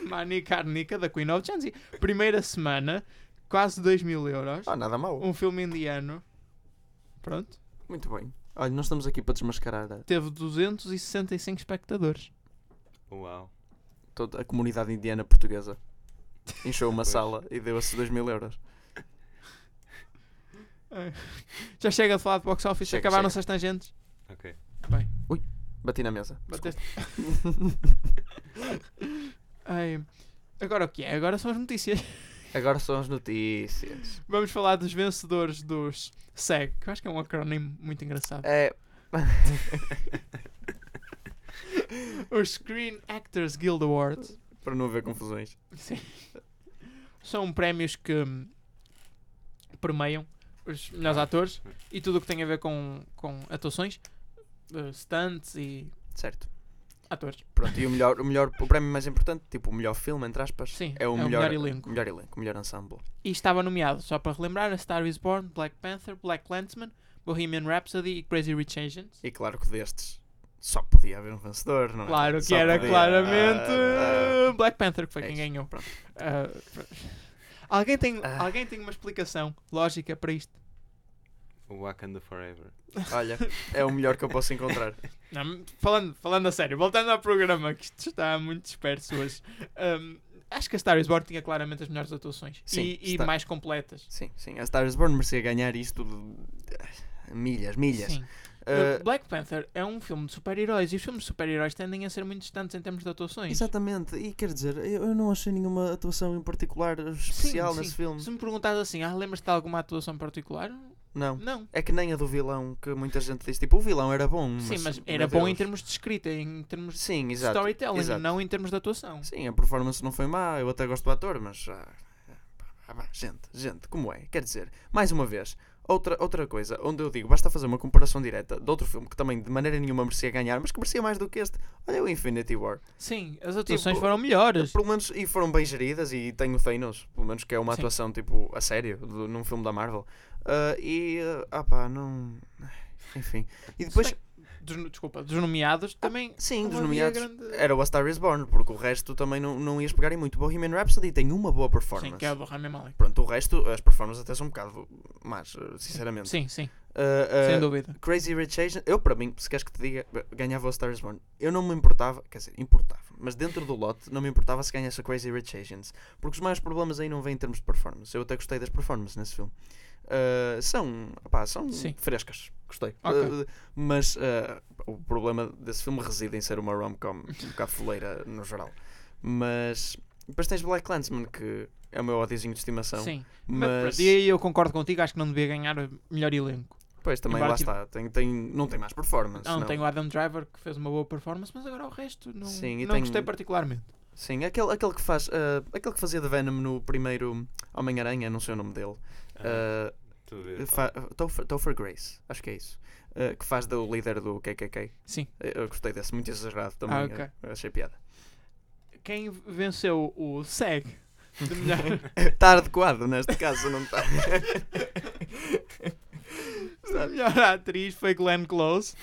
Speaker 2: Mani Karnika da Queen of Janzi. Primeira semana, quase 2 mil euros.
Speaker 3: Ah, nada mal.
Speaker 2: Um filme indiano. Pronto.
Speaker 3: Muito bem. Olha, nós estamos aqui para desmascarar a,
Speaker 2: Teve 265 espectadores.
Speaker 4: Uau.
Speaker 3: toda a comunidade indiana portuguesa. Encheu uma
Speaker 4: Pois.
Speaker 3: sala e deu-se 2 mil euros.
Speaker 2: Já chega de falar de box office,
Speaker 3: Chega,
Speaker 2: acabaram-se as tangentes.
Speaker 4: Ok.
Speaker 3: Bati na mesa.
Speaker 2: Bateste. Ai, Agora o que é? Agora são as notícias.
Speaker 3: Agora são as notícias.
Speaker 2: Vamos falar dos vencedores dos SEG, que eu acho que é um acrónimo muito engraçado.
Speaker 3: É.
Speaker 2: Os Screen Actors Guild Awards.
Speaker 3: Para não haver confusões.
Speaker 2: Sim. São prémios que hum, permeiam os melhores atores e tudo o que tem a ver com, com atuações, eh, stunts e
Speaker 3: Certo.
Speaker 2: atores.
Speaker 3: Pronto, e o melhor, o melhor, o prémio mais importante, tipo o melhor filme, entre aspas,
Speaker 2: Sim,
Speaker 3: é o melhor,
Speaker 2: elenco.
Speaker 3: melhor elenco, o melhor ensemble.
Speaker 2: E estava nomeado, só para relembrar, a Star is Born, Black Panther, Black Landsman, Bohemian Rhapsody e Crazy Rich Asians.
Speaker 3: E claro que destes só podia haver um vencedor, não é?
Speaker 2: Claro que
Speaker 3: Só
Speaker 2: era
Speaker 3: podia.
Speaker 2: claramente
Speaker 3: Ah,
Speaker 2: eh, Black Panther que foi
Speaker 3: é
Speaker 2: quem
Speaker 3: isso.
Speaker 2: ganhou. Pronto. Ah, pronto. alguém, tem,
Speaker 3: Ah.
Speaker 2: alguém tem uma explicação lógica para isto?
Speaker 4: O Wakanda Forever.
Speaker 3: ah, olha, é o melhor que eu posso encontrar.
Speaker 2: Não, falando, falando a sério, voltando ao programa, que isto está muito disperso hoje. Ahm, acho que a Star is Born tinha claramente as melhores atuações
Speaker 3: Sim,
Speaker 2: e, e
Speaker 3: está.
Speaker 2: mais completas.
Speaker 3: Sim, sim. A Star is Born merecia ganhar isto de ah, milhas, milhas.
Speaker 2: Sim.
Speaker 3: Ah,
Speaker 2: Black Panther é um filme de super-heróis e os filmes de super-heróis tendem a ser muito distantes em termos de atuações.
Speaker 3: exatamente. E quer dizer, eu, eu não achei nenhuma atuação em particular especial
Speaker 2: sim.
Speaker 3: nesse filme.
Speaker 2: Se me perguntas assim, ah, lembras-te de alguma atuação particular?
Speaker 3: Não.
Speaker 2: Não.
Speaker 3: É que nem a do vilão, que muita gente diz, tipo, o vilão era bom.
Speaker 2: Sim, mas
Speaker 3: meu
Speaker 2: era bom em
Speaker 3: Deus.
Speaker 2: termos de escrita, em termos de
Speaker 3: Sim, exato.
Speaker 2: storytelling,
Speaker 3: exato.
Speaker 2: não em termos de atuação.
Speaker 3: Sim, a performance não foi má, eu até gosto do ator, mas. ah, ah, pá, gente, gente, como é? Quer dizer, mais uma vez, outra, outra coisa onde eu digo, basta fazer uma comparação direta de outro filme que também de maneira nenhuma merecia ganhar, mas que merecia mais do que este. Olha o Infinity War.
Speaker 2: Sim, as atuações
Speaker 3: Tipo,
Speaker 2: foram melhores.
Speaker 3: Pelo menos, e foram bem geridas, e tem o Thanos, pelo menos que é uma
Speaker 2: Sim.
Speaker 3: atuação tipo a sério, de- num filme da Marvel. Ah, e. ah pá, não. Enfim. E é depois. Ah.
Speaker 2: Sim. Dos- desculpa, dos nomeados também.
Speaker 3: Sim,
Speaker 2: não
Speaker 3: dos
Speaker 2: havia
Speaker 3: nomeados. é
Speaker 2: grande-
Speaker 3: Era o A Star Is Born, porque o resto também não, não ias pegar em muito. Bohemian Rhapsody tem uma boa performance.
Speaker 2: Sim, que é a do Rami Malek.
Speaker 3: Pronto, o resto, as performances até são um bocado más, eh, sinceramente.
Speaker 2: Sim, sim,
Speaker 3: Eh, eh,
Speaker 2: sem dúvida.
Speaker 3: Crazy Rich Asian, eu para mim, se queres que te diga, eh, ganhava o Star is Born. Eu não me importava, quer dizer, importava, mas dentro do lote não me importava se ganhasse a Crazy Rich Asians, porque os maiores problemas aí não vêm em termos de performance. Eu até gostei das performances nesse filme. Eh, são, opá, são
Speaker 2: Sim.
Speaker 3: frescas, gostei.
Speaker 2: Ok.
Speaker 3: Eh, mas eh, o problema desse filme reside em ser uma rom-com um bocado foleira no geral. Mas depois tens Black Clansman, que é o meu ódiozinho de estimação.
Speaker 2: Sim, mas,
Speaker 3: Mas,
Speaker 2: pronto, e aí eu concordo contigo, acho que não devia ganhar melhor elenco.
Speaker 3: pois, também
Speaker 2: embora
Speaker 3: lá
Speaker 2: tive-
Speaker 3: está. Tem, tem, não tem mais performance.
Speaker 2: Ah, não,
Speaker 3: não.
Speaker 2: tem o Adam Driver que fez uma boa performance, mas agora o resto não,
Speaker 3: Sim, e
Speaker 2: não
Speaker 3: tem-
Speaker 2: gostei particularmente.
Speaker 3: Sim, aquele, aquele, que faz, ah, aquele que fazia de Venom no primeiro Homem-Aranha, não sei o nome dele. Ah,
Speaker 4: tu vês,
Speaker 3: fa- Topher Topher Grace, acho que é isso. Ah, que faz do líder do KKK.
Speaker 2: Sim.
Speaker 3: Eu eu gostei desse, muito exagerado também.
Speaker 2: Ah, ok.
Speaker 3: eu- eu achei piada.
Speaker 2: Quem venceu o SEG de melhor,
Speaker 3: Está Tá adequado neste caso, não tá? está?
Speaker 2: de melhor atriz foi Glenn Close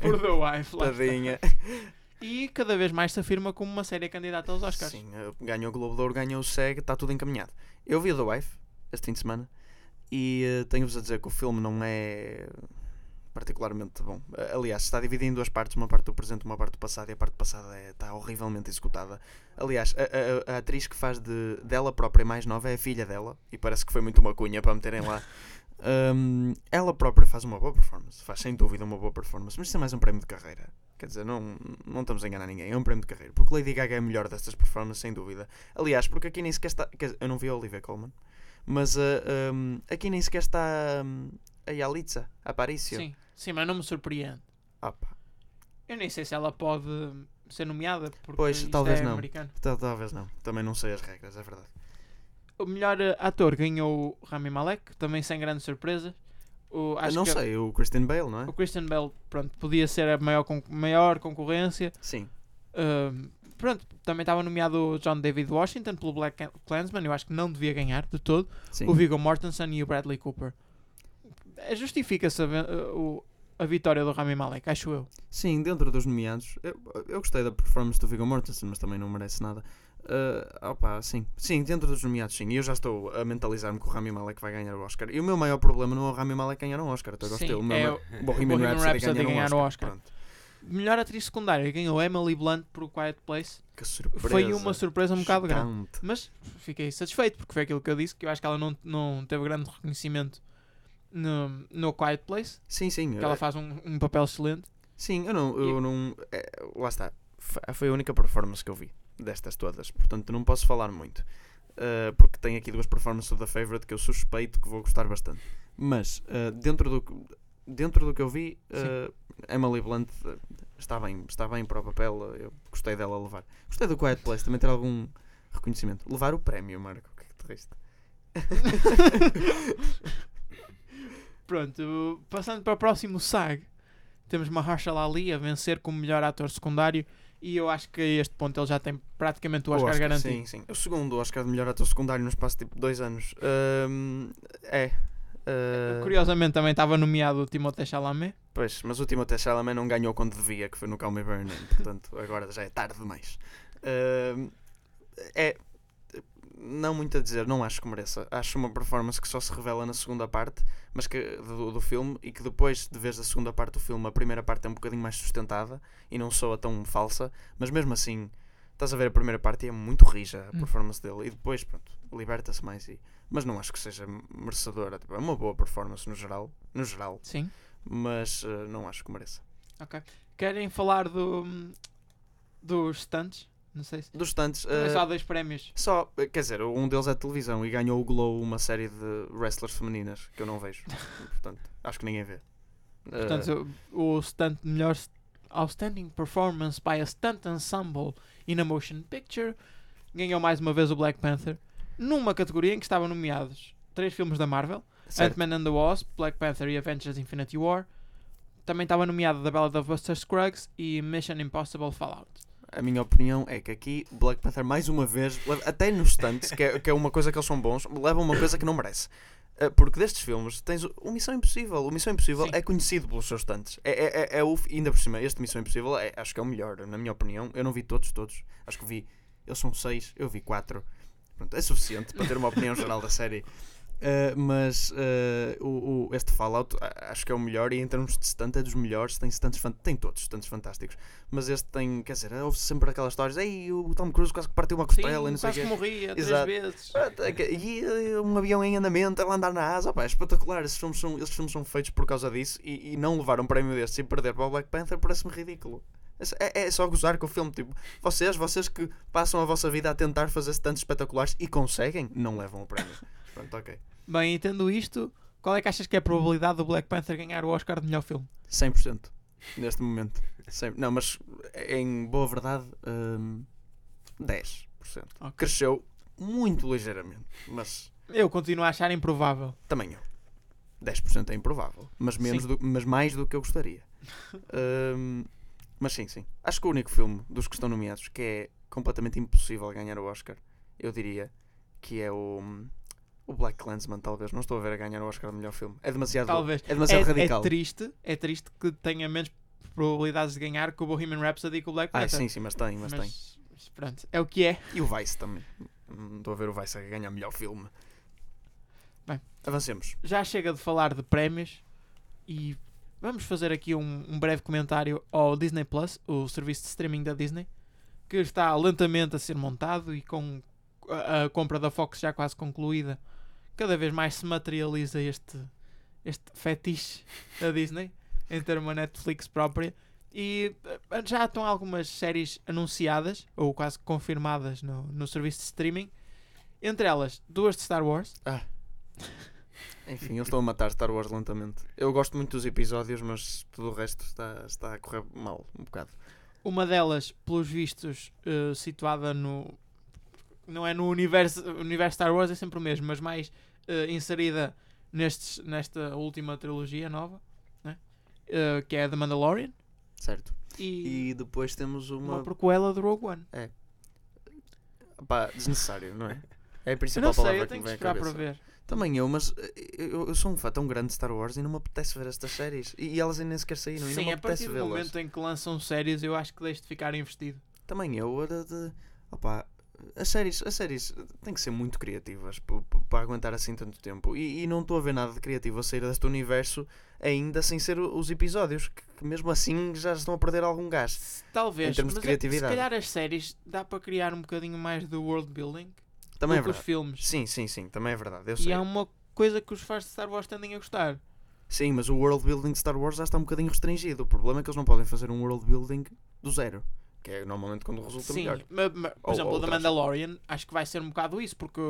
Speaker 2: por The Wife. lá está.
Speaker 3: Tadinha.
Speaker 2: E cada vez mais se afirma como uma séria candidata aos Oscars.
Speaker 3: Sim, eh, ganhou o Globo de Ouro, ganhou o SEG, está tudo encaminhado. Eu vi o The Wife este fim de semana e eh, tenho-vos a dizer que o filme não é particularmente bom. Eh, Aliás, está dividido em duas partes, uma parte do presente, uma parte do passado, e a parte do passado é- está horrivelmente executada. Aliás, a- a, a atriz que faz de, dela própria mais nova é a filha dela, e parece que foi muito uma cunha para meterem lá. Ahm, ela própria faz uma boa performance, faz sem dúvida uma boa performance, mas isso é mais um prémio de carreira. Quer dizer, não, não estamos a enganar ninguém, é um prémio de carreira. Porque Lady Gaga é a melhor destas performances, sem dúvida. Aliás, porque aqui nem sequer está. quer dizer, eu não vi a Olivia Colman, mas ah, ahm, aqui nem sequer está ahm, a Yalitza, a Aparicio.
Speaker 2: sim, sim, mas não me surpreende.
Speaker 3: Ah, pá,
Speaker 2: Eu nem sei se ela pode ser nomeada, porque
Speaker 3: Pois,
Speaker 2: isto
Speaker 3: talvez
Speaker 2: é
Speaker 3: não.
Speaker 2: americano.
Speaker 3: tal- talvez não, também não sei as regras, é verdade.
Speaker 2: O melhor eh, ator ganhou o Rami Malek, também sem grande surpresa. O, acho
Speaker 3: eu não
Speaker 2: que
Speaker 3: sei, o Christian Bale, não é?
Speaker 2: O Christian Bale, pronto, podia ser a maior, con- maior concorrência.
Speaker 3: Sim,
Speaker 2: Ahm, pronto, também estava nomeado o John David Washington pelo Black Clansman, eu acho que não devia ganhar de todo.
Speaker 3: sim.
Speaker 2: O Viggo Mortensen e o Bradley Cooper. Eh, Justifica-se a, ven- eh, o- a vitória do Rami Malek, acho eu.
Speaker 3: Sim, dentro dos nomeados, eu, eu gostei da performance do Viggo Mortensen, mas também não merece nada. Ah, opa, sim. Sim, dentro dos nomeados, sim. E eu já estou a mentalizar-me que o Rami Malek vai ganhar o Oscar. E o meu maior problema não é o Rami Malek ganhar um Oscar, até gosto
Speaker 2: Sim,
Speaker 3: dele. O meu
Speaker 2: é
Speaker 3: maior-
Speaker 2: o-
Speaker 3: o Bohemian
Speaker 2: Bohemian
Speaker 3: Rhapsody,
Speaker 2: Rhapsody
Speaker 3: ganhar, um Oscar. Pronto.
Speaker 2: melhor atriz secundária ganhou Emily Blunt por Quiet Place.
Speaker 3: Que surpresa.
Speaker 2: Foi uma surpresa um bocado grande.
Speaker 3: Chocante.
Speaker 2: Mas fiquei satisfeito porque foi aquilo que eu disse, que eu acho que ela não, não teve grande reconhecimento no, no Quiet Place,
Speaker 3: Sim, sim.
Speaker 2: que ela
Speaker 3: eh,
Speaker 2: faz um, um papel excelente.
Speaker 3: Sim, eu não. Eu não eh, lá está. Fa- Foi a única performance que eu vi destas todas. Portanto, não posso falar muito. Eh, porque tenho aqui duas performances da Favorite que eu suspeito que vou gostar bastante. Mas, eh, dentro, do, que- dentro do que eu vi, eh, Emily Blunt eh, está, bem, está bem para o papel. eh, Eu gostei dela a levar. Gostei do Quiet Place também ter algum reconhecimento. Levar o prémio, Marco. O que é que te riste?
Speaker 2: Pronto, passando para o próximo SAG, temos Mahershala Ali a vencer como melhor ator secundário e eu acho que a este ponto ele já tem praticamente o Oscar, garantido.
Speaker 3: Sim, sim. O segundo Oscar é de melhor ator secundário no espaço de tipo dois anos. Ahm, é. Ah,
Speaker 2: é Curiosamente também estava nomeado o Timothée Chalamet.
Speaker 3: Pois, mas o Timothée Chalamet não ganhou quando devia, que foi no Call Me Burning. Portanto, agora já é tarde demais. Ahm, é. Não muito a dizer, não acho que mereça. Acho uma performance que só se revela na segunda parte, mas que, do, do filme, e que depois de vez da segunda parte do filme, a primeira parte é um bocadinho mais sustentada e não soa tão falsa, mas mesmo assim, estás a ver a primeira parte e é muito rija a
Speaker 2: Hum.
Speaker 3: performance dele, e depois, pronto, liberta-se mais. E... Mas não acho que seja merecedora, tipo, é uma boa performance no geral, no geral,
Speaker 2: Sim.
Speaker 3: mas eh, não acho que mereça.
Speaker 2: Querem falar do dos stunts? Não sei se.
Speaker 3: Dos tantos,
Speaker 2: Também
Speaker 3: eh,
Speaker 2: só há dois prémios.
Speaker 3: só, eh, quer dizer, um deles é televisão e ganhou o Glow uma série de wrestlers femininas que eu não vejo, portanto, acho que ninguém vê. Eh,
Speaker 2: Portanto, o, o stunt melhor outstanding performance by a stunt ensemble in a motion picture ganhou mais uma vez o Black Panther numa categoria em que estavam nomeados três filmes da Marvel,
Speaker 3: certo.
Speaker 2: Ant-Man and the Wasp, Black Panther e Avengers Infinity War. Também estava nomeado The Ballad of Buster Scruggs e Mission Impossible Fallout.
Speaker 3: A minha opinião é que aqui Black Panther, mais uma vez, leva- até nos tantos, que, é, que é uma coisa que eles são bons, leva uma coisa que não merece. Uh, Porque destes filmes tens o o Missão Impossível. O Missão Impossível
Speaker 2: Sim.
Speaker 3: é conhecido pelos seus tantos. É, é, é, é o, ainda por cima, este Missão Impossível é- acho que é o melhor, na minha opinião. Eu não vi todos, todos. Acho que vi. Eles são seis, eu vi quatro. Pronto, é suficiente para ter uma opinião geral da série. Uh, mas uh, o, o- este Fallout a- acho que é o melhor e em termos de stunt é dos melhores, tem stunts fan- tem todos stunts fantásticos, mas este tem, quer dizer, houve sempre aquelas histórias, ei, o Tom Cruise quase que partiu uma
Speaker 2: Sim,
Speaker 3: costela e não sei o
Speaker 2: quase
Speaker 3: quê.
Speaker 2: que morria
Speaker 3: Exato.
Speaker 2: três vezes.
Speaker 3: Ah, tá, que- E eh, um avião em andamento, ela andar na asa, pá, é espetacular. Esses filmes, são, esses filmes são feitos por causa disso e, e não levar um prémio destes e perder para o Black Panther parece-me ridículo. É só- É, é só gozar com o filme, tipo, vocês, vocês que passam a vossa vida a tentar fazer tantos espetaculares e conseguem, não levam o prémio. Pronto, ok.
Speaker 2: Bem, e tendo isto, qual é que achas que é a probabilidade do Black Panther ganhar o Oscar de melhor filme?
Speaker 3: 100% neste momento. Cem- Não, mas em boa verdade, hum, 10%.
Speaker 2: Ok.
Speaker 3: Cresceu muito ligeiramente, mas
Speaker 2: Eu continuo a achar improvável.
Speaker 3: Também eu. 10% é improvável, mas, menos do- mas mais do que eu gostaria. Hum, mas sim, sim. Acho que o único filme dos que estão nomeados que é completamente impossível ganhar o Oscar, eu diria, que é o, o Black Clansman, talvez. Não estou a ver a ganhar o Oscar de melhor filme. É demasiado,
Speaker 2: Talvez.
Speaker 3: É demasiado
Speaker 2: é,
Speaker 3: radical.
Speaker 2: é triste, é triste que tenha menos probabilidades de ganhar que o Bohemian Rhapsody e que o Black
Speaker 3: Ah,
Speaker 2: Panther.
Speaker 3: sim, sim, mas tem, mas, tem.
Speaker 2: mas pronto, é o que é.
Speaker 3: E o Vice também. Hum, Estou a ver o Vice a ganhar melhor filme.
Speaker 2: Bem.
Speaker 3: Avancemos.
Speaker 2: Já chega de falar de prémios e vamos fazer aqui um, um breve comentário ao Disney Plus, o serviço de streaming da Disney, que está lentamente a ser montado e com a, a compra da Fox já quase concluída, cada vez mais se materializa este, este fetiche da Disney em ter uma Netflix própria. E eh, já estão algumas séries anunciadas, ou quase que confirmadas, no, no serviço de streaming. Entre elas, duas de Star Wars.
Speaker 3: Enfim, eu estou a matar Star Wars lentamente. Eu gosto muito dos episódios, mas tudo o resto está, está a correr mal, um bocado.
Speaker 2: Uma delas, pelos vistos, eh, situada no. Não é no universo. O universo Star Wars é sempre o mesmo, mas mais eh, inserida nestes, nesta última trilogia nova, né? Eh, que é a The Mandalorian.
Speaker 3: Certo.
Speaker 2: E,
Speaker 3: E depois temos
Speaker 2: uma...
Speaker 3: uma.
Speaker 2: prequela do Rogue One.
Speaker 3: Pá, desnecessário, não é? É a
Speaker 2: Eu
Speaker 3: principal
Speaker 2: não sei,
Speaker 3: palavra
Speaker 2: eu
Speaker 3: que
Speaker 2: tenho que
Speaker 3: me vem à
Speaker 2: esperar para
Speaker 3: cabeça.
Speaker 2: ver.
Speaker 3: Também eu, mas eh, eu, eu sou um fã tão grande de Star Wars e não me apetece ver estas séries. E, e elas ainda nem sequer saíram e não
Speaker 2: Sim,
Speaker 3: me
Speaker 2: a partir
Speaker 3: apetece
Speaker 2: do
Speaker 3: vê-las.
Speaker 2: momento em que lançam séries, eu acho que deixo de ficar investido.
Speaker 3: Também eu, era de. Opá, as séries, as séries têm que ser muito criativas p- p- para aguentar assim tanto tempo. E, e não estou a ver nada de criativo a sair deste universo ainda sem ser o- os episódios, que, que mesmo assim já estão a perder algum gás.
Speaker 2: Talvez,
Speaker 3: Em termos de
Speaker 2: mas é-
Speaker 3: criatividade.
Speaker 2: se calhar as séries dá para criar um bocadinho mais do world building
Speaker 3: Também é
Speaker 2: do que os
Speaker 3: verdade.
Speaker 2: filmes.
Speaker 3: Sim, sim, sim, também é verdade. Eu
Speaker 2: E
Speaker 3: sei.
Speaker 2: há um uma coisa que os fãs de Star Wars tendem a gostar.
Speaker 3: Sim, mas o world building de Star Wars já está um bocadinho restringido. O problema é que eles não podem fazer um world building do zero, que é normalmente quando resulta
Speaker 2: Sim,
Speaker 3: melhor.
Speaker 2: ma- ma- por
Speaker 3: Ou-
Speaker 2: exemplo,
Speaker 3: ou
Speaker 2: o da
Speaker 3: outras.
Speaker 2: Mandalorian, acho que vai ser um bocado isso, porque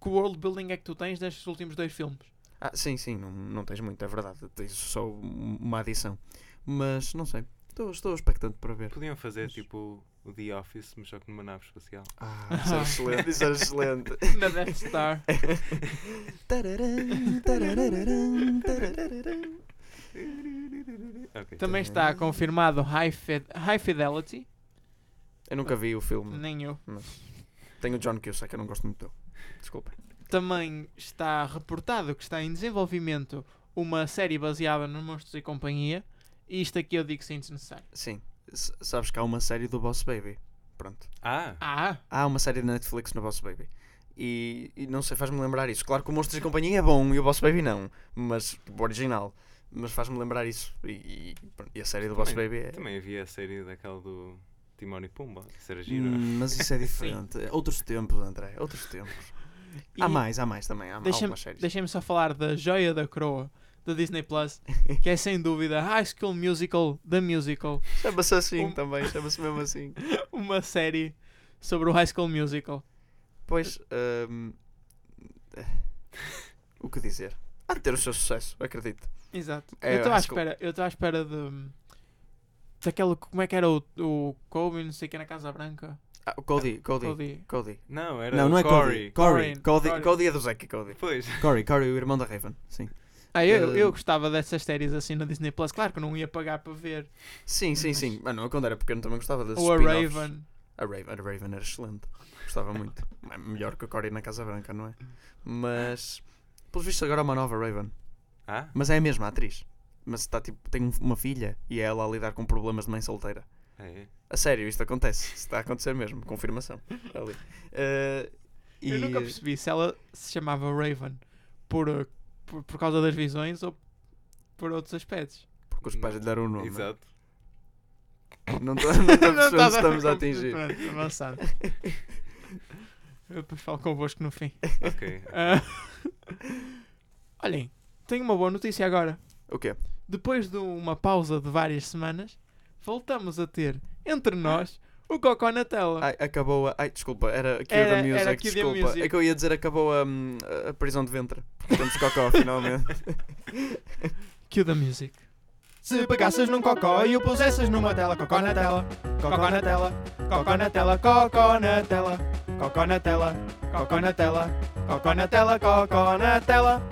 Speaker 2: que world building é que tu tens destes últimos dois filmes?
Speaker 3: Ah, sim, sim, não, não tens muito, é verdade. Tens só um- uma adição. Mas não sei. Estou, estou expectante para ver.
Speaker 4: Podiam fazer tipo o The Office, mas só que numa nave espacial.
Speaker 3: Ah, isso era excelente, isso era excelente.
Speaker 2: Na Death Star.
Speaker 3: Tararam, tarararam, tarararam.
Speaker 4: Ok.
Speaker 2: Também está
Speaker 3: Uhum.
Speaker 2: confirmado High, Fid- High Fidelity.
Speaker 3: Eu nunca vi o filme.
Speaker 2: Nem eu.
Speaker 3: Tenho o John Cusack, eu não gosto muito dele. Desculpa.
Speaker 2: Também está reportado que está em desenvolvimento uma série baseada nos Monstros e Companhia. E isto aqui eu digo sim desnecessário.
Speaker 3: Sim. S- sabes que há uma série do Boss Baby. Pronto.
Speaker 4: Ah,
Speaker 2: Ah!
Speaker 3: Há uma série da Netflix no Boss Baby. E, e não sei, faz-me lembrar isso. Claro que o Monstros e Companhia é bom e o Boss Baby não. Mas tipo, o original. Mas faz-me lembrar isso. E, e- pronto, e a série do Boss
Speaker 4: Também-
Speaker 3: Baby é.
Speaker 4: também havia a série daquela do Timão e Pumba. Isso era giro.
Speaker 3: Hum, mas isso é diferente. Outros tempos, André. é Outros tempos.
Speaker 2: E
Speaker 3: Há mais, há mais também. Há
Speaker 2: deixa-me-
Speaker 3: algumas séries.
Speaker 2: Deixem-me só falar da joia da coroa da Disney Plus, que é sem dúvida High School Musical The Musical.
Speaker 3: Chama-se assim
Speaker 2: Um-
Speaker 3: também. Chama-se mesmo assim.
Speaker 2: Uma série sobre o High School Musical.
Speaker 3: Pois, hum, eh, o que dizer? Há de ter o seu sucesso, acredito.
Speaker 2: Exato.
Speaker 3: É,
Speaker 2: eu estou à
Speaker 3: acho que-
Speaker 2: espera, eu estou à espera de daquele como é que era o, o Kobe, não sei o que na Casa Branca.
Speaker 3: Ah, o Cody, Cody, Cody.
Speaker 2: Cody.
Speaker 4: Não, era
Speaker 3: Não, não é Cody.
Speaker 4: Corey.
Speaker 3: Cody.
Speaker 2: Corin,
Speaker 3: Cody,
Speaker 2: Corin.
Speaker 3: Cody é do Zack e Cody.
Speaker 4: Pois.
Speaker 3: Corey, Corey, o irmão da Raven. Sim.
Speaker 2: Ah, eu,
Speaker 3: Eh,
Speaker 2: eu gostava dessas séries assim na Disney Plus, claro que eu não ia pagar para ver.
Speaker 3: Sim, sim, sim. Mano, eu quando era pequeno também gostava das
Speaker 2: Ou a Raven.
Speaker 3: A Raven, a Raven era excelente. Gostava muito. É melhor que o Corey na Casa Branca, não é? Mas, pelos vistos, agora há uma nova Raven.
Speaker 4: Ah,
Speaker 3: Mas é a mesma atriz. Mas está tipo, tem um- uma filha e é ela a lidar com problemas de mãe solteira.
Speaker 4: é.
Speaker 3: A sério, isto acontece. Está a acontecer mesmo. Confirmação. Ali. Eh, e...
Speaker 2: Eu nunca percebi se ela se chamava Raven por, eh, por, por causa das visões ou por outros aspectos.
Speaker 3: Porque os pais lhe deram o nome. né?
Speaker 4: Exato.
Speaker 3: Não estou não estou a
Speaker 2: Não
Speaker 3: perceber
Speaker 2: tá
Speaker 3: se
Speaker 2: a dar
Speaker 3: estamos a
Speaker 2: para
Speaker 3: atingir.
Speaker 2: compreender. Pronto, avançado. Eu depois falo convosco no fim.
Speaker 4: Ok.
Speaker 2: Ah, Olhem, tenho uma boa notícia agora.
Speaker 3: O quê?
Speaker 2: Depois de uma pausa de várias semanas, voltamos a ter entre nós o Cocó na tela.
Speaker 3: Ai, acabou a. Ai, desculpa, era Cue
Speaker 2: Era-
Speaker 3: da Music.
Speaker 2: era Cue the
Speaker 3: desculpa.
Speaker 2: Music.
Speaker 3: É que eu ia dizer acabou a, hum, a prisão de ventre. Porque Temos cocó finalmente.
Speaker 2: Cue the music.
Speaker 5: Se pegasses num cocó e o pusesses numa tela, cocó na tela, cocó na tela, cocó na tela, cocó na tela, cocó na tela, cocó na tela, cocó na tela, cocó na tela.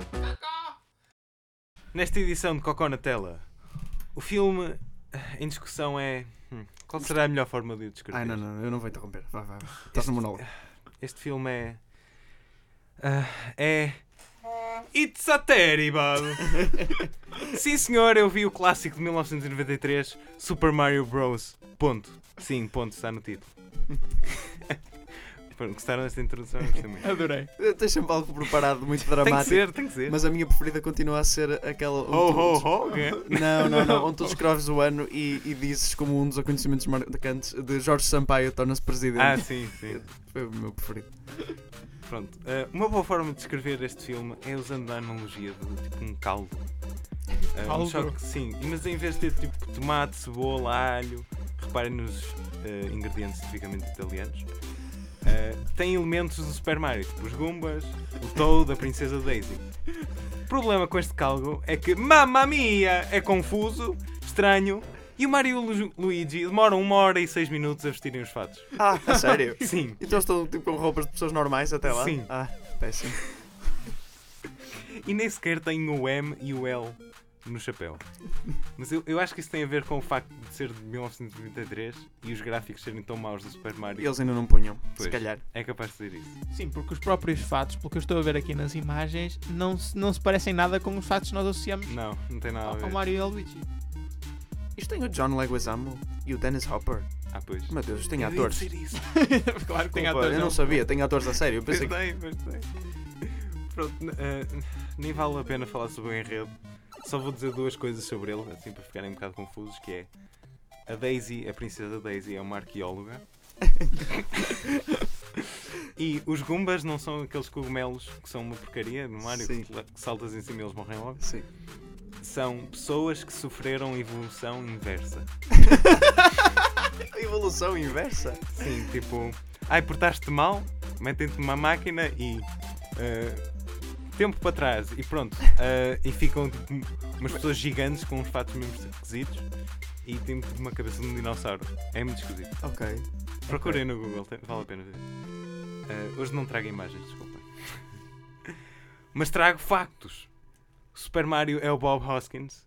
Speaker 4: Nesta edição de Cocó na Tela, o filme eh, em discussão é. hum, Qual será a melhor forma de o descrever?
Speaker 3: Ai, não, não, eu não vou interromper. Vá, vá. vá. Estás no monólogo.
Speaker 4: Este filme é. ah, é. It's a terrible! Sim, senhor, eu vi o clássico de 1993, Super Mario Bros. Ponto. Sim, ponto, está no título. Pronto, Gostaram desta introdução? Eu gostei muito.
Speaker 2: Adorei.
Speaker 3: Tens sempre algo preparado, muito
Speaker 4: Tem que
Speaker 3: dramático.
Speaker 4: ser, tem que ser.
Speaker 3: Mas a minha preferida continua a ser aquela. onde
Speaker 4: Ho,
Speaker 3: tu-
Speaker 4: ho, ho, é?
Speaker 3: Não, não, não. Onde tu descreves o ano e, e dizes como um dos acontecimentos marcantes de Jorge Sampaio torna-se presidente.
Speaker 4: Ah, sim, sim.
Speaker 3: Foi o meu preferido.
Speaker 4: Pronto, eh, uma boa forma de descrever este filme é usando a analogia de tipo um caldo. Eh, um
Speaker 2: Caldo?
Speaker 4: choque- sim, mas em vez de ter tipo tomate, cebola, alho, reparem nos eh, ingredientes tipicamente italianos, eh, tem elementos do Super Mario, tipo os Goombas, o Toad, a Princesa Daisy. O problema com este caldo é que, mamma mia, é confuso, estranho, e o Mario e o Lu- Luigi demoram uma hora e seis minutos a vestirem os fatos.
Speaker 3: Ah, a sério?
Speaker 4: Sim.
Speaker 3: Então estão tipo com roupas de pessoas normais até lá?
Speaker 4: Sim.
Speaker 3: Ah, péssimo.
Speaker 4: E nem sequer tem o M e o L no chapéu. Mas eu, eu acho que isso tem a ver com o facto de ser de 1993 e os gráficos serem tão maus do Super Mario.
Speaker 3: Eles ainda não punham,
Speaker 4: Pois.
Speaker 3: se calhar.
Speaker 4: É capaz de ser isso.
Speaker 2: Sim, porque os próprios fatos, pelo que eu estou a ver aqui nas imagens, não se, não se parecem nada com os fatos que nós associamos
Speaker 4: Não, não tem nada a
Speaker 2: ao, ao
Speaker 4: ver.
Speaker 2: Ah, Mario e ao Luigi.
Speaker 3: Isto tem o John Leguizamo e o Dennis Hopper.
Speaker 4: Ah, pois.
Speaker 3: Meu Deus, isto tem
Speaker 4: Eu ia
Speaker 3: atores.
Speaker 4: dizer isso.
Speaker 2: claro que tem
Speaker 3: Desculpa,
Speaker 2: atores.
Speaker 3: eu não
Speaker 2: não.
Speaker 3: sabia, tem atores a sério. Eu
Speaker 4: Pois
Speaker 3: pensei que...
Speaker 4: tem, pois tem. Pronto, n- ah, nem vale a pena falar sobre o enredo. Só vou dizer duas coisas sobre ele, assim para ficarem um bocado confusos, que é a Daisy, a princesa Daisy, é uma arqueóloga. e os Goombas não são aqueles cogumelos que são uma porcaria no Mario,
Speaker 3: Sim.
Speaker 4: que, te- que saltas em cima e eles morrem logo.
Speaker 3: Sim.
Speaker 4: São pessoas que sofreram evolução inversa.
Speaker 3: Evolução inversa.
Speaker 4: Sim, tipo, ai, portaste-te mal, metem-te numa máquina e. ah, tempo para trás e pronto. Ah, e ficam tipo, umas pessoas gigantes com tipo, uns fatos mesmo esquisitos e tem uma cabeça de um dinossauro. É muito esquisito.
Speaker 3: Ok.
Speaker 4: Procurem no Google, tem- vale a pena ver. Ah, hoje não trago imagens, desculpem. Mas trago factos. O Super Mario é o Bob Hoskins.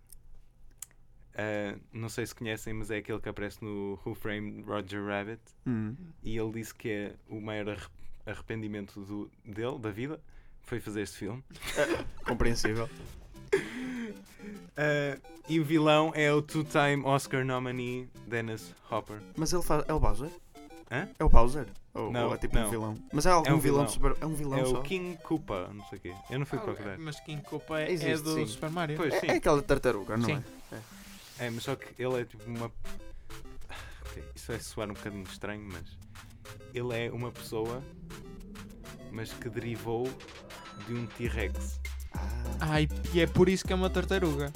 Speaker 4: Ah, não sei se conhecem, mas é aquele que aparece no Who Framed Roger Rabbit.
Speaker 3: Hum,
Speaker 4: E ele disse que é o maior arre- arrependimento do- dele, da vida, foi fazer este filme.
Speaker 3: Compreensível.
Speaker 4: Ah, e o vilão é o two-time Oscar nominee Dennis Hopper.
Speaker 3: Mas ele faz. É o Bowser?
Speaker 4: Hã?
Speaker 3: É o Bowser? Ou,
Speaker 4: Não,
Speaker 3: ou é tipo
Speaker 4: não.
Speaker 3: um vilão? Mas é algum
Speaker 4: É um
Speaker 3: vilão,
Speaker 4: vilão.
Speaker 3: super. É um vilão
Speaker 4: é
Speaker 3: só. Ah,
Speaker 4: o King Koopa, não sei o quê. Eu não fui procurar.
Speaker 2: Mas King Koopa é,
Speaker 3: Existe,
Speaker 2: do
Speaker 3: sim.
Speaker 2: Super Mario.
Speaker 4: Pois
Speaker 3: É, é
Speaker 4: sim,
Speaker 3: aquela tartaruga, não
Speaker 2: Sim.
Speaker 3: é?
Speaker 4: é, mas só que ele é tipo uma. Ok, Isso vai soar um bocadinho estranho, mas. Ele é uma pessoa, mas que derivou de um T-Rex.
Speaker 3: Ah,
Speaker 2: Ai, e é por isso que é uma tartaruga.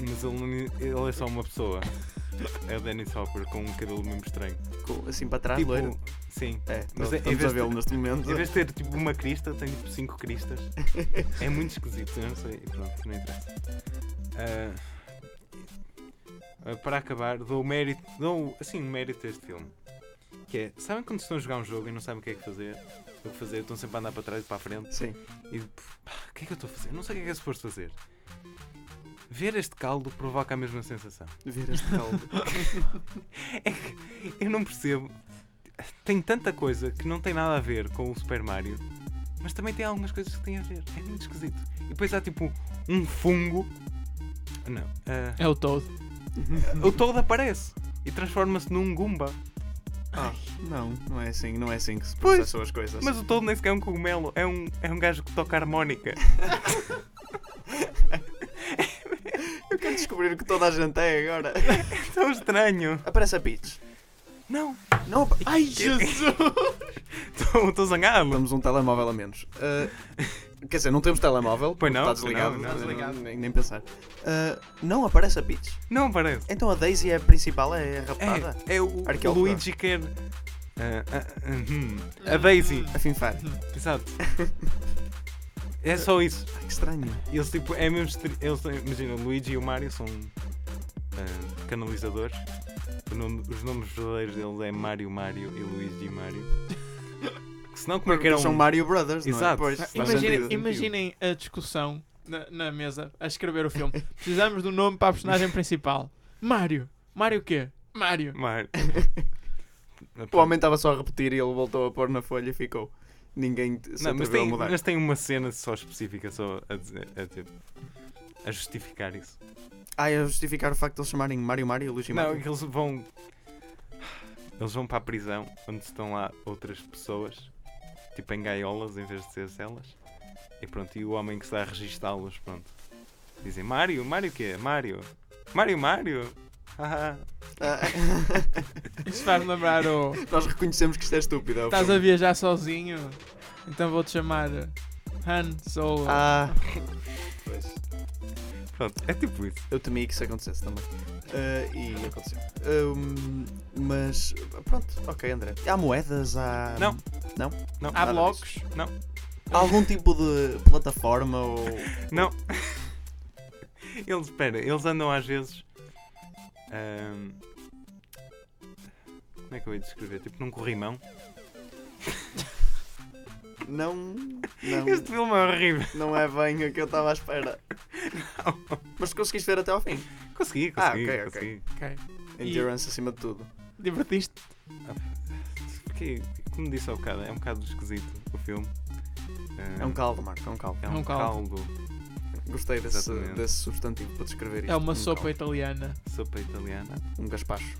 Speaker 4: Mas ele, não- ele é só uma pessoa. É o Dennis Hopper com um cabelo mesmo estranho.
Speaker 3: com- assim para trás,
Speaker 4: tipo,
Speaker 3: loiro.
Speaker 4: sim.
Speaker 3: É,
Speaker 4: mas
Speaker 3: mas
Speaker 4: é- em
Speaker 3: estamos a
Speaker 4: vez de-
Speaker 3: vê-lo neste momento.
Speaker 4: Em vez de ter tipo uma crista, tem tipo cinco cristas. é muito esquisito, eu não sei. Pronto, não interessa. Ah, ah, para acabar, dou mérito, dou assim um mérito a este filme. Que é, sabem quando estão a jogar um jogo e não sabem o que é que fazer? O que fazer, estão sempre a andar para trás e para a frente.
Speaker 3: Sim.
Speaker 4: E pff, pá, o que é que eu estou a fazer? Não sei o que é que é suposto fazer. Ver este caldo provoca a mesma sensação.
Speaker 3: Ver este caldo.
Speaker 4: É que eu não percebo. Tem tanta coisa que não tem nada a ver com o Super Mario, mas também tem algumas coisas que têm a ver. É muito esquisito. E depois há tipo um fungo. Não. ah,
Speaker 2: É o Toad.
Speaker 4: o Toad aparece e transforma-se num Goomba.
Speaker 3: Ah, não, não é assim, não é assim que se
Speaker 4: Pois,
Speaker 3: processam as coisas.
Speaker 4: Mas o Toad nem sequer é um cogumelo, é um, é um gajo que toca harmónica.
Speaker 3: eu quero descobrir o que toda a gente é agora.
Speaker 4: É tão estranho.
Speaker 3: Aparece a Peach.
Speaker 4: Não,
Speaker 3: Não, apa-
Speaker 2: Ai, Jesus!
Speaker 4: estou estou zangado.
Speaker 3: temos um telemóvel a menos. Ah, quer dizer, não temos telemóvel.
Speaker 4: Pois não,
Speaker 3: Está
Speaker 4: pois
Speaker 3: desligado.
Speaker 4: não, não.
Speaker 2: Desligado.
Speaker 3: Nem, nem pensar. Ah, não aparece a Peach.
Speaker 4: Não aparece.
Speaker 3: Então a Daisy é a principal, é a raptada.
Speaker 4: É, é o, o
Speaker 3: Arqueóloga.
Speaker 4: Luigi quer. ah, ah, hum, a Daisy.
Speaker 3: A finfar.
Speaker 4: Uhum. Exato. É só isso.
Speaker 3: Ai, Ah, que estranho.
Speaker 4: Eles tipo, é mesmo. estri- Eles, têm- imagina, o Luigi e o Mario são ah, canalizadores. O nome- os nomes verdadeiros deles é Mario Mario e Luigi Mario. Que Senão como é que era um.
Speaker 3: São Mario Brothers,
Speaker 4: Exato.
Speaker 3: não é? Pois,
Speaker 4: Ah,
Speaker 3: faz
Speaker 2: Imaginem,
Speaker 3: sentido.
Speaker 2: imaginem a discussão na, na mesa a escrever o filme. Precisamos do nome para a personagem principal. Mário. Mário o quê? Mário.
Speaker 4: Mario.
Speaker 3: O homem estava só a repetir e ele voltou a pôr na folha e ficou. Ninguém t- se
Speaker 4: Não, mas
Speaker 3: atreveu a
Speaker 4: tem,
Speaker 3: mudar.
Speaker 4: mas tem uma cena só específica só a dizer. A, tipo, a justificar isso.
Speaker 3: Ah, é justificar o facto de eles chamarem Mario Mario e Luigi
Speaker 4: Não, é
Speaker 3: Mario.
Speaker 4: que eles vão. Eles vão para a prisão onde estão lá outras pessoas, tipo em gaiolas em vez de ser celas. E pronto, e o homem que está a registá-los, pronto. Dizem Mário, Mário quê? Mário, Mário, Mário. Haha.
Speaker 3: Ah,
Speaker 2: Isso faz-me lembrar o.
Speaker 3: Nós reconhecemos que isto é estúpido. é o
Speaker 2: Estás a
Speaker 3: filme.
Speaker 2: viajar sozinho? Então vou-te chamar Han Solo.
Speaker 3: Ah,
Speaker 4: pronto, é tipo isso.
Speaker 3: eu temia que isso acontecesse também. Ah, e aconteceu. Ahm, mas, pronto, ok, André. Há moedas, há.
Speaker 4: Não.
Speaker 3: Não?
Speaker 4: Não.
Speaker 2: Há
Speaker 3: nada
Speaker 2: blocos.
Speaker 3: Há algum tipo de plataforma ou.
Speaker 4: Não. Eles, espera, eles andam às vezes. ahm, como é que eu ia descrever? Tipo num corrimão.
Speaker 3: Não. Não,
Speaker 4: Este filme é horrível.
Speaker 3: não é bem o que eu estava à espera. Mas conseguiste ver até ao fim.
Speaker 4: Consegui, consegui,
Speaker 3: Ah, ok, ok.
Speaker 4: consegui.
Speaker 2: Ok. E-
Speaker 3: Endurance acima de tudo.
Speaker 2: Divertiste?
Speaker 4: Porque, como disse há bocado, é um bocado esquisito o filme. Ah,
Speaker 3: É um caldo, Marco, é um caldo.
Speaker 4: É um
Speaker 2: um caldo.
Speaker 4: caldo.
Speaker 3: Gostei desse,
Speaker 4: Exatamente.
Speaker 3: desse substantivo para descrever isto.
Speaker 2: É uma
Speaker 3: Um
Speaker 2: sopa
Speaker 3: caldo.
Speaker 2: italiana.
Speaker 4: Sopa italiana.
Speaker 3: Um gaspacho.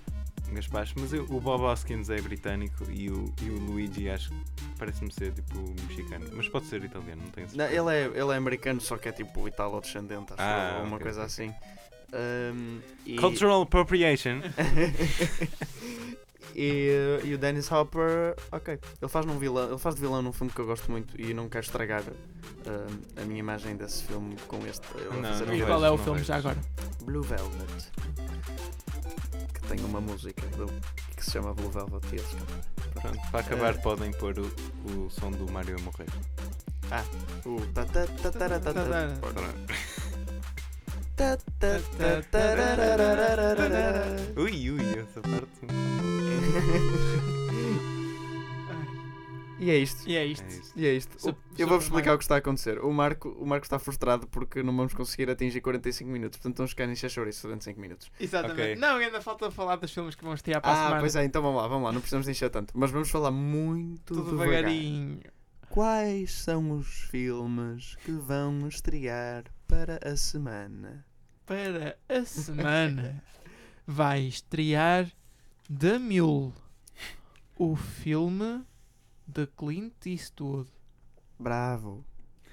Speaker 4: Um gaspacho. Mas eu- o Bob Hoskins é britânico e o, e o Luigi acho que parece-me ser tipo mexicano. Mas pode ser italiano, não tenho
Speaker 3: Não,
Speaker 4: certeza.
Speaker 3: ele, é, ele é americano, só que é tipo italo-descendente, acho
Speaker 4: Ah,
Speaker 3: eu, ou uma
Speaker 4: ok,
Speaker 3: coisa
Speaker 4: ok.
Speaker 3: assim. Ahm, e,
Speaker 4: Cultural appropriation.
Speaker 3: e, eh, e o Dennis Hopper, ok, ele faz, num vilão, ele faz de vilão num filme que eu gosto muito e não quero estragar ahm, a minha imagem desse filme com este. ele a
Speaker 4: Não,
Speaker 3: fazer
Speaker 4: não
Speaker 3: um
Speaker 2: E
Speaker 4: vejo,
Speaker 2: qual é o
Speaker 4: não
Speaker 2: filme
Speaker 4: vejo.
Speaker 2: já agora?
Speaker 3: Blue Velvet. Que tem uma música do- que se chama Blue Velvet e eles cantam.
Speaker 4: Pronto, para acabar, podem pôr o, o som do Mario a morrer.
Speaker 3: O ta- ta- ta- ta- ta- ta-
Speaker 4: Pronto.
Speaker 3: ta- ta- ta- ta- ra- ra- ra- ra- ra- ra- ra-
Speaker 4: Ui, ui, essa parte.
Speaker 3: E é isto.
Speaker 2: E é
Speaker 4: É
Speaker 2: isto.
Speaker 4: isso.
Speaker 3: E é isto.
Speaker 2: Su-
Speaker 3: O- eu vou-vos
Speaker 2: super
Speaker 3: explicar o que está a acontecer. O Marco, o Marco está frustrado porque não vamos conseguir atingir 45 minutos. Portanto, vamos ficar em isso durante 5 minutos.
Speaker 2: Exatamente.
Speaker 4: Ok.
Speaker 2: Não, ainda falta falar dos filmes que vamos tirar para a
Speaker 3: Ah,
Speaker 2: semana.
Speaker 3: pois é, então vamos lá, vamos lá. Não precisamos de encher tanto. Mas vamos falar muito
Speaker 2: Tudo
Speaker 3: devagar.
Speaker 2: devagarinho.
Speaker 3: Quais são os filmes que vão estrear para a semana?
Speaker 2: Para a semana vai estrear The Mule, o filme de Clint Eastwood.
Speaker 3: Bravo.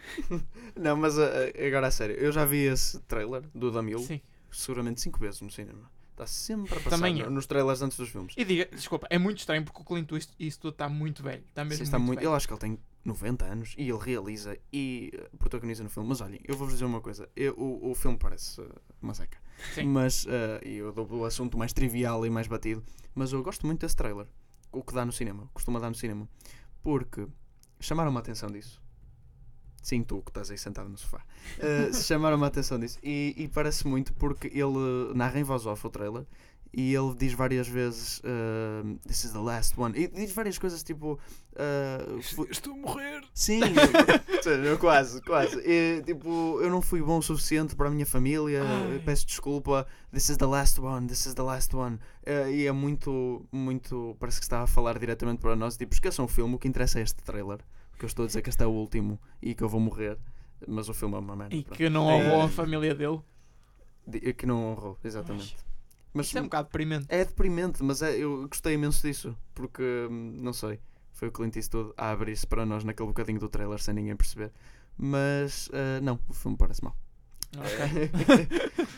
Speaker 3: não, mas a- a- agora a sério. Eu já vi esse trailer do Damil
Speaker 2: Sim.
Speaker 3: seguramente 5 vezes no cinema. Está sempre a passar
Speaker 2: Também
Speaker 3: no-
Speaker 2: eu.
Speaker 3: nos trailers antes dos filmes.
Speaker 2: E diga, desculpa, é muito estranho porque o Clint East- Eastwood está muito velho. Está
Speaker 3: Sim,
Speaker 2: É mesmo
Speaker 3: está
Speaker 2: muito,
Speaker 3: muito,
Speaker 2: velho.
Speaker 3: eu acho que ele tem 90 anos e ele realiza e eh, protagoniza no filme. Mas olhem, eu vou-vos dizer uma coisa: eu- o, o filme parece eh, uma seca.
Speaker 2: Sim.
Speaker 3: Mas eh, e eu dou o assunto mais trivial e mais batido. Mas eu gosto muito desse trailer. O que dá no cinema, costuma dar no cinema. Porque chamaram-me a atenção disso. Sim, tu que estás aí sentado no sofá. Eh, chamaram-me a atenção disso. E, e parece muito porque ele narra em voz off o trailer e ele diz várias vezes eh, This is the last one. E diz várias coisas tipo. eh, fu-
Speaker 4: Estou a morrer.
Speaker 3: Sim, Sim, quase, quase. E, tipo, eu não fui bom o suficiente para a minha família,
Speaker 2: Ai.
Speaker 3: eu peço desculpa. This is the last one, this is the last one. Eh, e é muito, muito. Parece que estava a falar diretamente para nós. Tipo, esqueçam o filme, o que interessa é este trailer. Porque eu estou a dizer que este é o último e que eu vou morrer. Mas o filme é uma merda.
Speaker 2: E
Speaker 3: pronto.
Speaker 2: que não honrou
Speaker 4: É.
Speaker 2: a família dele.
Speaker 3: De- que não honrou, exatamente. Mas
Speaker 2: Isso é um bocado deprimente.
Speaker 3: é deprimente, mas é- eu gostei imenso disso. Porque, hum, não sei, foi o Clint Eastwood a abrir-se para nós naquele bocadinho do trailer sem ninguém perceber. Mas, ah, não, o filme parece mau.
Speaker 2: Ok.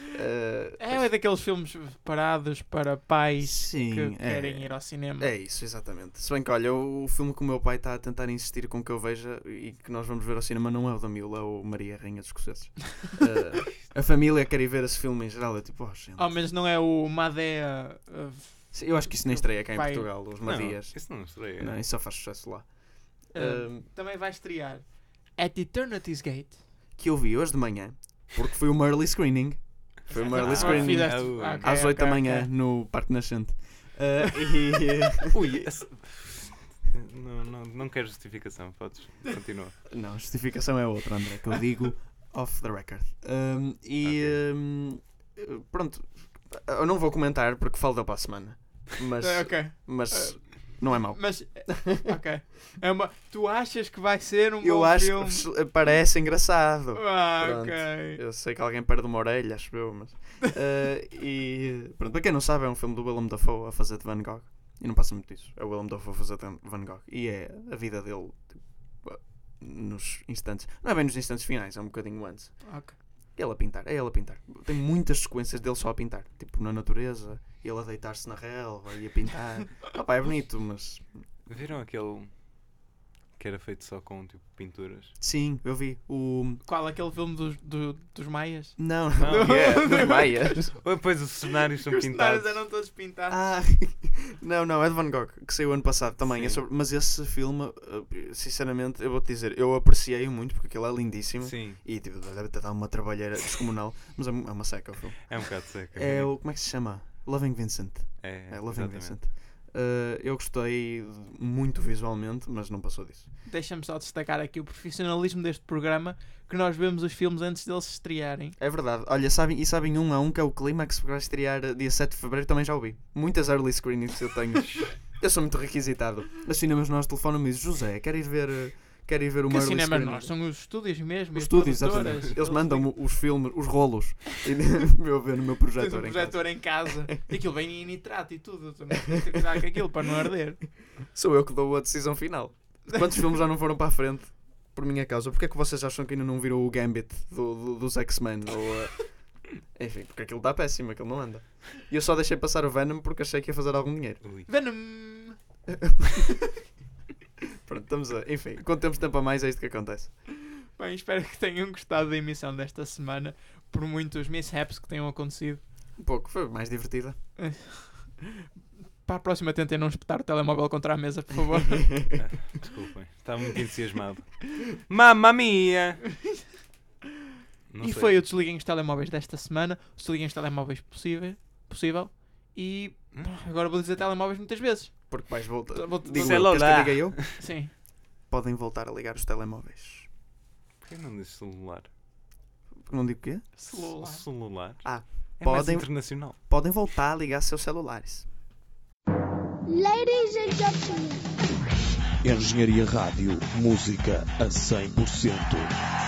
Speaker 3: Ah,
Speaker 2: é, é daqueles filmes parados para pais
Speaker 3: sim,
Speaker 2: que
Speaker 3: é,
Speaker 2: querem ir ao cinema.
Speaker 3: é isso, exatamente. Se bem que, olha, o, o filme que o meu pai está a tentar insistir com que eu veja e que nós vamos ver ao cinema não é o da Mila, é o Maria Rainha dos Escoceses. Ah, a família quer ir ver esse filme em geral. É tipo, oh, gente.
Speaker 2: Oh, mas não é o Madea. uh,
Speaker 3: eu acho que isso nem estreia cá em
Speaker 2: Vai-
Speaker 3: Portugal, os
Speaker 4: Não,
Speaker 3: Madias.
Speaker 4: isso não estreia.
Speaker 3: Não, é? isso só faz sucesso lá.
Speaker 2: uh,
Speaker 3: Ah,
Speaker 2: também vai estrear At Eternity's Gate.
Speaker 3: que eu vi hoje de manhã, porque foi uma early screening. Foi uma early
Speaker 2: Ah,
Speaker 3: screening
Speaker 2: fizeste-
Speaker 4: Ah,
Speaker 2: ah, ok,
Speaker 3: às 8 da
Speaker 2: ok,
Speaker 3: manhã
Speaker 2: ok.
Speaker 3: no Parque Nascente. Ah,
Speaker 2: É,
Speaker 3: e-
Speaker 4: Ui, esse- não, não, não quero justificação, podes. Continua.
Speaker 3: Não, a justificação é outra, André, que eu digo off the record. Um, e um, pronto, eu não vou comentar porque falta para a semana. Mas,
Speaker 2: Ah, ok.
Speaker 3: mas não é mau.
Speaker 2: Mas. eh, Ok. É uma- Tu achas que vai ser um
Speaker 3: Eu
Speaker 2: bom
Speaker 3: acho
Speaker 2: filme?
Speaker 3: que parece engraçado.
Speaker 2: Ah,
Speaker 3: Pronto.
Speaker 2: ok.
Speaker 3: Eu sei que alguém perde uma orelha, acho eu, mas. eh, e. Pronto, para quem não sabe, é um filme do Willem Dafoe a fazer de Van Gogh. E não passa muito disso. É o Willem Dafoe a fazer de Van Gogh. E é a vida dele tipo, nos instantes. Não é bem nos instantes finais, é um bocadinho antes.
Speaker 2: Ok.
Speaker 3: Ele a pintar, é ele a pintar. Tem muitas sequências dele só a pintar. Tipo, na natureza, ele a deitar-se na relva e a pintar. Opa, é bonito, mas.
Speaker 4: Viram aquele que era feito só com tipo pinturas?
Speaker 3: Sim, eu vi. O.
Speaker 2: Qual aquele filme dos, do- dos Maias?
Speaker 3: Não,
Speaker 4: Não.
Speaker 3: não. é dos Maias.
Speaker 4: Ou depois os cenários são
Speaker 2: Os cenários
Speaker 4: pintados.
Speaker 2: eram todos pintados.
Speaker 3: Ah, não, não, é de Van Gogh, que saiu ano passado também. É
Speaker 4: Sim.
Speaker 3: sobre- mas esse filme, uh, sinceramente, eu vou-te dizer, eu apreciei muito porque ele é lindíssimo.
Speaker 4: Sim,
Speaker 3: E tipo, deve ter dado uma trabalheira descomunal, mas é mu- é uma seca o filme.
Speaker 4: é um bocado seco.
Speaker 3: É o. Como é que se chama? Loving Vincent.
Speaker 4: É,
Speaker 3: É, Loving
Speaker 4: exatamente.
Speaker 3: Vincent. Uh, eu gostei muito visualmente, mas não passou disso.
Speaker 2: Deixa-me só destacar aqui o profissionalismo deste programa, que nós vemos os filmes antes deles se estrearem.
Speaker 3: É verdade. Olha, sabem, e sabem um a um que é o Clímax que vai estrear eh, dia 7 de Fevereiro, também já o vi. Muitas early screenings eu tenho. eu sou muito requisitado. Os cinemas nós telefonam-me e dizem, José, quer ir ver, eh, quer ir ver uma
Speaker 2: que
Speaker 3: early
Speaker 2: cinema
Speaker 3: screening?
Speaker 2: nós? São os estúdios mesmo? e
Speaker 3: Os
Speaker 2: as
Speaker 3: estúdios,
Speaker 2: produtoras.
Speaker 3: exatamente. Eles um mandam-me os filmes, os rolos, e eu ver no meu
Speaker 2: Tens um
Speaker 3: projetor. em casa.
Speaker 2: projetor em casa. E aquilo vem em nitrato e tudo. Também tens de cuidar com aquilo para não arder.
Speaker 3: Sou eu que dou a decisão final. Quantos filmes já não foram para a frente? Por minha causa. Porquê é que vocês acham que ainda não viram o Gambit do, do- dos X-Men? Ou, eh, Enfim, porque aquilo está péssimo, aquilo não anda. E eu só deixei passar o Venom porque achei que ia fazer algum dinheiro.
Speaker 4: Ui.
Speaker 2: Venom!
Speaker 3: Pronto, estamos a. Enfim, quando temos tempo a mais, é isto que acontece.
Speaker 2: Bem, espero que tenham gostado da emissão desta semana. Por muitos mishaps que tenham acontecido.
Speaker 3: Um pouco, foi mais divertida.
Speaker 2: Para a próxima, tentem não espetar o telemóvel contra a mesa, por favor.
Speaker 4: Desculpem, estava muito entusiasmado. Mamma mia! Não
Speaker 2: e
Speaker 4: sei.
Speaker 2: foi o Desliguem os Telemóveis desta semana. O Desliguem os Telemóveis possível. possível. E
Speaker 4: Hum?
Speaker 2: agora vou dizer telemóveis muitas vezes.
Speaker 3: Porque mais volta.
Speaker 2: Vou- vou-
Speaker 3: Digo,
Speaker 4: Celular.
Speaker 3: queres que eu diga eu?
Speaker 2: Sim.
Speaker 3: podem voltar a ligar os telemóveis.
Speaker 4: Porquê que não diz celular?
Speaker 3: Não digo o quê?
Speaker 2: Celular.
Speaker 4: Ce- Celular.
Speaker 3: Ah,
Speaker 4: é mais
Speaker 3: podem-
Speaker 4: internacional.
Speaker 3: Podem voltar a ligar seus celulares.
Speaker 6: Ladies and gentlemen,
Speaker 7: Engenharia Rádio, música a 100%.